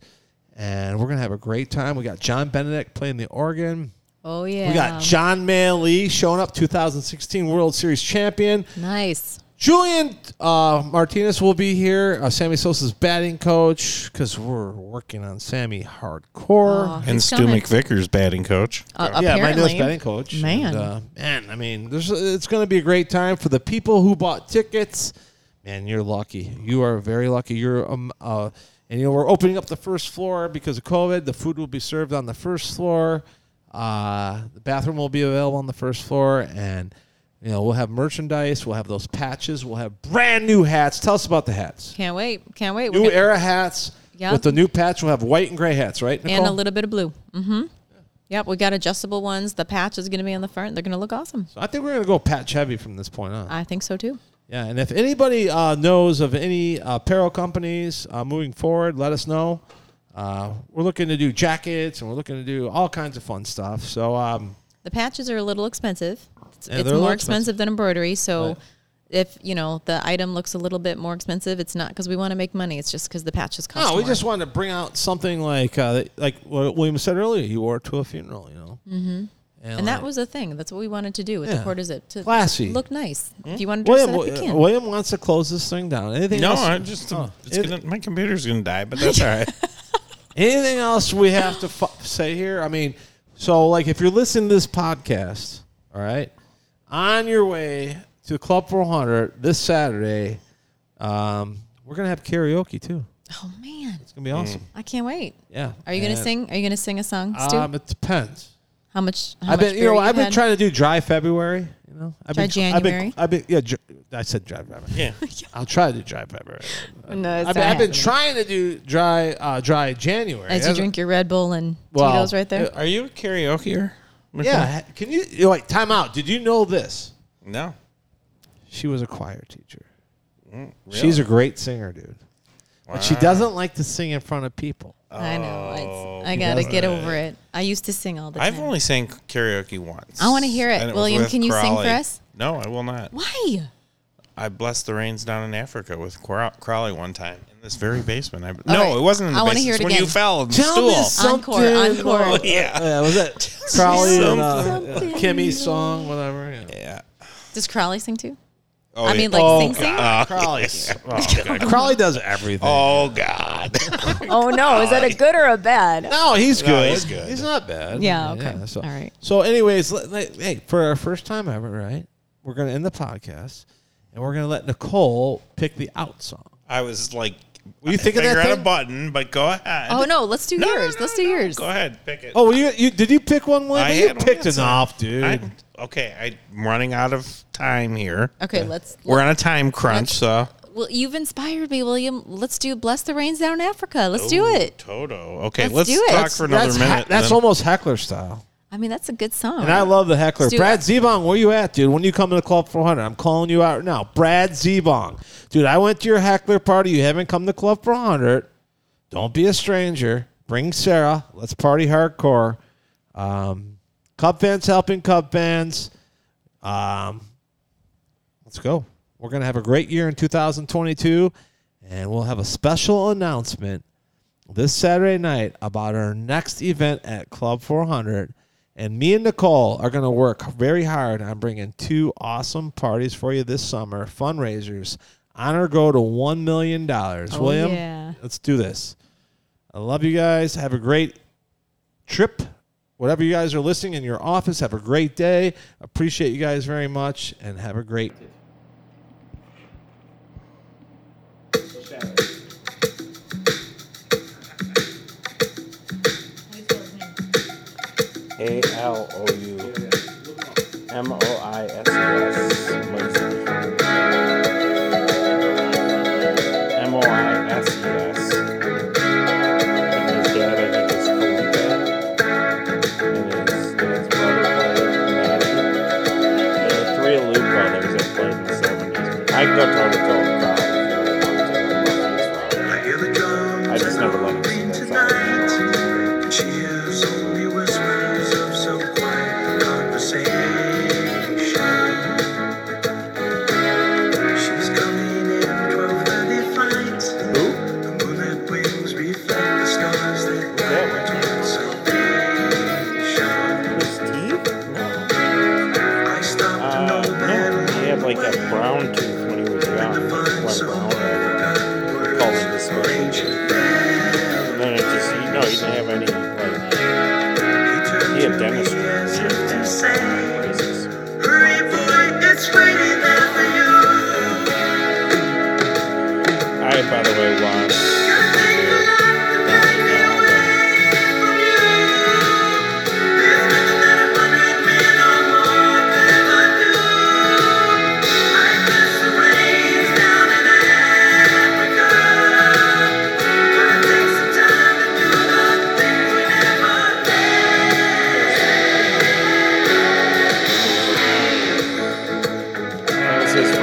Speaker 7: and we're going to have a great time. We got John Benedict playing the organ.
Speaker 8: Oh yeah.
Speaker 7: We got John Man Lee showing up, 2016 World Series champion.
Speaker 8: Nice.
Speaker 7: Julian uh, Martinez will be here, uh, Sammy Sosa's batting coach, because we're working on Sammy hardcore.
Speaker 8: Oh,
Speaker 4: And
Speaker 8: he's
Speaker 4: Stu
Speaker 8: coming.
Speaker 4: McVicker's batting coach.
Speaker 8: Uh,
Speaker 7: yeah, my newest
Speaker 8: apparently.
Speaker 7: batting coach.
Speaker 8: Man.
Speaker 7: and, uh, man, I mean, there's it's going to be a great time for the people who bought tickets. Man, you're lucky. You are very lucky. You're um, uh, and you know we're opening up the first floor because of COVID. The food will be served on the first floor. Uh, the bathroom will be available on the first floor, and you know we'll have merchandise. We'll have those patches. We'll have brand new hats. Tell us about the hats.
Speaker 8: Can't wait. Can't wait. We're
Speaker 7: New
Speaker 8: gonna-
Speaker 7: era hats
Speaker 8: Yeah.
Speaker 7: with the new patch. We'll have white and gray hats, right?
Speaker 8: and a
Speaker 7: Nicole?
Speaker 8: little bit of blue. Mm-hmm. Yep, we got adjustable ones. The patch is going to be on the front. They're going to look awesome.
Speaker 7: I think we're gonna go patch heavy from this point on.
Speaker 8: I think so too.
Speaker 7: Yeah, and if anybody uh, knows of any uh, apparel companies uh, moving forward, let us know. Uh, we're looking to do jackets, and we're looking to do all kinds of fun stuff. So, um,
Speaker 8: The patches are a little expensive. It's,
Speaker 7: Yeah, they're a
Speaker 8: it's
Speaker 7: little
Speaker 8: more expensive.
Speaker 7: expensive.
Speaker 8: than embroidery, so
Speaker 7: Right.
Speaker 8: if you know the item looks a little bit more expensive, it's not because we want to make money. It's just because the patches cost.
Speaker 7: no, we
Speaker 8: more.
Speaker 7: just wanted to bring out something like uh, that- like what William said earlier. You wore it to a funeral, you know. Mm-hmm. And,
Speaker 8: and that
Speaker 7: like-
Speaker 8: was the thing. That's what we wanted to do with
Speaker 7: Yeah.
Speaker 8: the quarter zip to
Speaker 7: Classy. Hmm?
Speaker 8: look nice. If you want to dress
Speaker 7: William.
Speaker 8: Mm-hmm. it up, you
Speaker 7: Wi-
Speaker 8: can.
Speaker 7: William wants to close this thing down. Anything?
Speaker 4: No,
Speaker 7: else?
Speaker 4: I just uh,
Speaker 7: Oh,
Speaker 4: it's
Speaker 7: it-
Speaker 4: gonna, my computer's gonna die, but that's all right.
Speaker 7: Anything else we have to f- say here? I mean, so like if you're listening to this podcast, all right, on your way to Club 400 this Saturday, um, we're gonna have karaoke too.
Speaker 8: oh man,
Speaker 7: It's gonna be awesome.
Speaker 8: I can't wait.
Speaker 7: Yeah.
Speaker 8: Are you going to
Speaker 7: And,
Speaker 8: sing? Are you going to sing a song, Stu?
Speaker 7: Um, it depends.
Speaker 8: how much? How
Speaker 7: I've
Speaker 8: much
Speaker 7: been, you know,
Speaker 8: beer
Speaker 7: I've been
Speaker 8: had?
Speaker 7: trying to do dry February. You know, I've
Speaker 8: Dry
Speaker 7: been, I've been,
Speaker 8: January?
Speaker 7: I've been, yeah, dr- I said dry February.
Speaker 4: Yeah.
Speaker 7: I'll try to do dry February.
Speaker 8: No, it's
Speaker 7: I've,
Speaker 8: not
Speaker 7: I've been
Speaker 8: happening.
Speaker 7: trying to do dry, uh, dry January.
Speaker 8: As you
Speaker 7: That's-
Speaker 8: drink your Red Bull and
Speaker 7: Well,
Speaker 8: Tito's right there.
Speaker 4: Are you a karaokeer? Nicole?
Speaker 7: Yeah. ha- Can you, you're like, time out. Did you know this?
Speaker 4: No.
Speaker 7: She was a choir teacher. She's a great singer, dude. But she doesn't like to sing in front of people.
Speaker 8: I know. It's, I gotta
Speaker 7: does
Speaker 8: get over it. I used to sing all the time.
Speaker 4: I've only sang karaoke once.
Speaker 8: I wanna hear it.
Speaker 4: And was
Speaker 8: William,
Speaker 4: with
Speaker 8: can you sing for
Speaker 4: Crowley.
Speaker 8: us?
Speaker 4: No, I will not.
Speaker 8: Why?
Speaker 4: I blessed the rains down in Africa with Crow- Crowley one time in this very basement. I, no,
Speaker 8: right.
Speaker 4: it wasn't in the
Speaker 8: I wanna
Speaker 4: basement.
Speaker 8: hear it
Speaker 4: It's when you
Speaker 8: again.
Speaker 4: fell on the stool.
Speaker 8: Encore, encore.
Speaker 4: yeah.
Speaker 7: Oh, Yeah, was that Crowley and uh,
Speaker 8: Something.
Speaker 7: Kimmy's song, whatever? Yeah.
Speaker 4: Yeah.
Speaker 8: Does Crowley sing too?
Speaker 4: Oh,
Speaker 8: I
Speaker 4: yeah.
Speaker 8: mean, like
Speaker 7: Oh,
Speaker 8: sing, sing.
Speaker 7: Crowley's. Oh, God. Crowley does everything.
Speaker 4: oh God.
Speaker 8: Oh no, is that a good or a bad?
Speaker 7: No, he's good.
Speaker 4: he's good.
Speaker 7: He's not bad.
Speaker 8: Yeah, okay.
Speaker 7: so,
Speaker 8: All right.
Speaker 7: So, anyways, let, let- hey, for our first time ever, right? We're gonna end the podcast, and we're gonna let Nicole pick the out song.
Speaker 4: I was like
Speaker 7: Were you thinking
Speaker 4: Finger
Speaker 7: that
Speaker 4: on a
Speaker 7: thing?
Speaker 4: button, but go ahead.
Speaker 8: Oh no, let's do
Speaker 4: No, no,
Speaker 8: yours.
Speaker 4: no,
Speaker 8: let's do
Speaker 4: no.
Speaker 8: yours.
Speaker 4: Go ahead, pick it.
Speaker 7: Oh, well, you, you did you pick one, Wayne?
Speaker 4: I
Speaker 7: you
Speaker 4: had one,
Speaker 7: picked
Speaker 4: that's
Speaker 7: an off, dude.
Speaker 4: I, okay, I'm running out of time here.
Speaker 8: Okay, let's.
Speaker 4: We're on a time crunch, so
Speaker 8: Well, you've inspired me, William. Let's do "Bless the Rains Down Africa." Let's do it.
Speaker 4: Toto. Okay,
Speaker 8: Let's
Speaker 4: let's,
Speaker 8: do it.
Speaker 4: talk
Speaker 8: That's-
Speaker 4: for another
Speaker 7: that's
Speaker 4: minute.
Speaker 7: that's
Speaker 4: then.
Speaker 7: almost heckler style.
Speaker 8: I mean, that's a good song.
Speaker 7: And I love the heckler.
Speaker 8: Let's do
Speaker 7: Brad
Speaker 8: it.
Speaker 7: Zebong, where you at, dude? When you come to Club 400, I'm calling you out now. Brad Zebong, dude, I went to your heckler party. You haven't come to Club 400. Don't be a stranger. Bring Sarah. Let's party hardcore. Um, Cub fans helping Cub fans. Um, let's go. We're gonna have a great year in 2022, and we'll have a special announcement this Saturday night about our next event at Club 400. And me and Nicole are going to work very hard on bringing two awesome parties for you this summer, fundraisers on our go to $1 million. William,
Speaker 8: yeah.
Speaker 7: let's do this. I love you guys. Have a great trip. Whatever you guys are listening in your office, have a great day. Appreciate you guys very much and have a great
Speaker 4: A L O U M O I S E S. M O I S E S. And his dad, I think, is Felipe. And his dad's brother played Matty. And the three Lou brothers that played in the 70s. I can go toe to toe with Kyle if you really want to.
Speaker 2: I hear the drums.
Speaker 4: I love these I just never let him sing that song.
Speaker 2: And she hears only whispers of some quiet conversation. She's coming in 12:30 flight. The moonlit wings reflect the stars that
Speaker 4: that
Speaker 2: light
Speaker 4: one?
Speaker 2: between salvation. I stopped an
Speaker 4: Uh,
Speaker 2: old
Speaker 4: no,
Speaker 2: man.
Speaker 4: he had like a brown tooth when he was young. He went brown or called him this And then it just, he, no, he didn't have any, like, he had dentistry. Racist.
Speaker 2: Hurry, boy, it's waiting there for you.
Speaker 4: I, by the way, watched.
Speaker 2: Gonna make the love to take me away from you. There's nothing that a hundred men or more could ever do. I bless the rains down in Africa. Gonna take some time to do the things we never did.
Speaker 4: That was his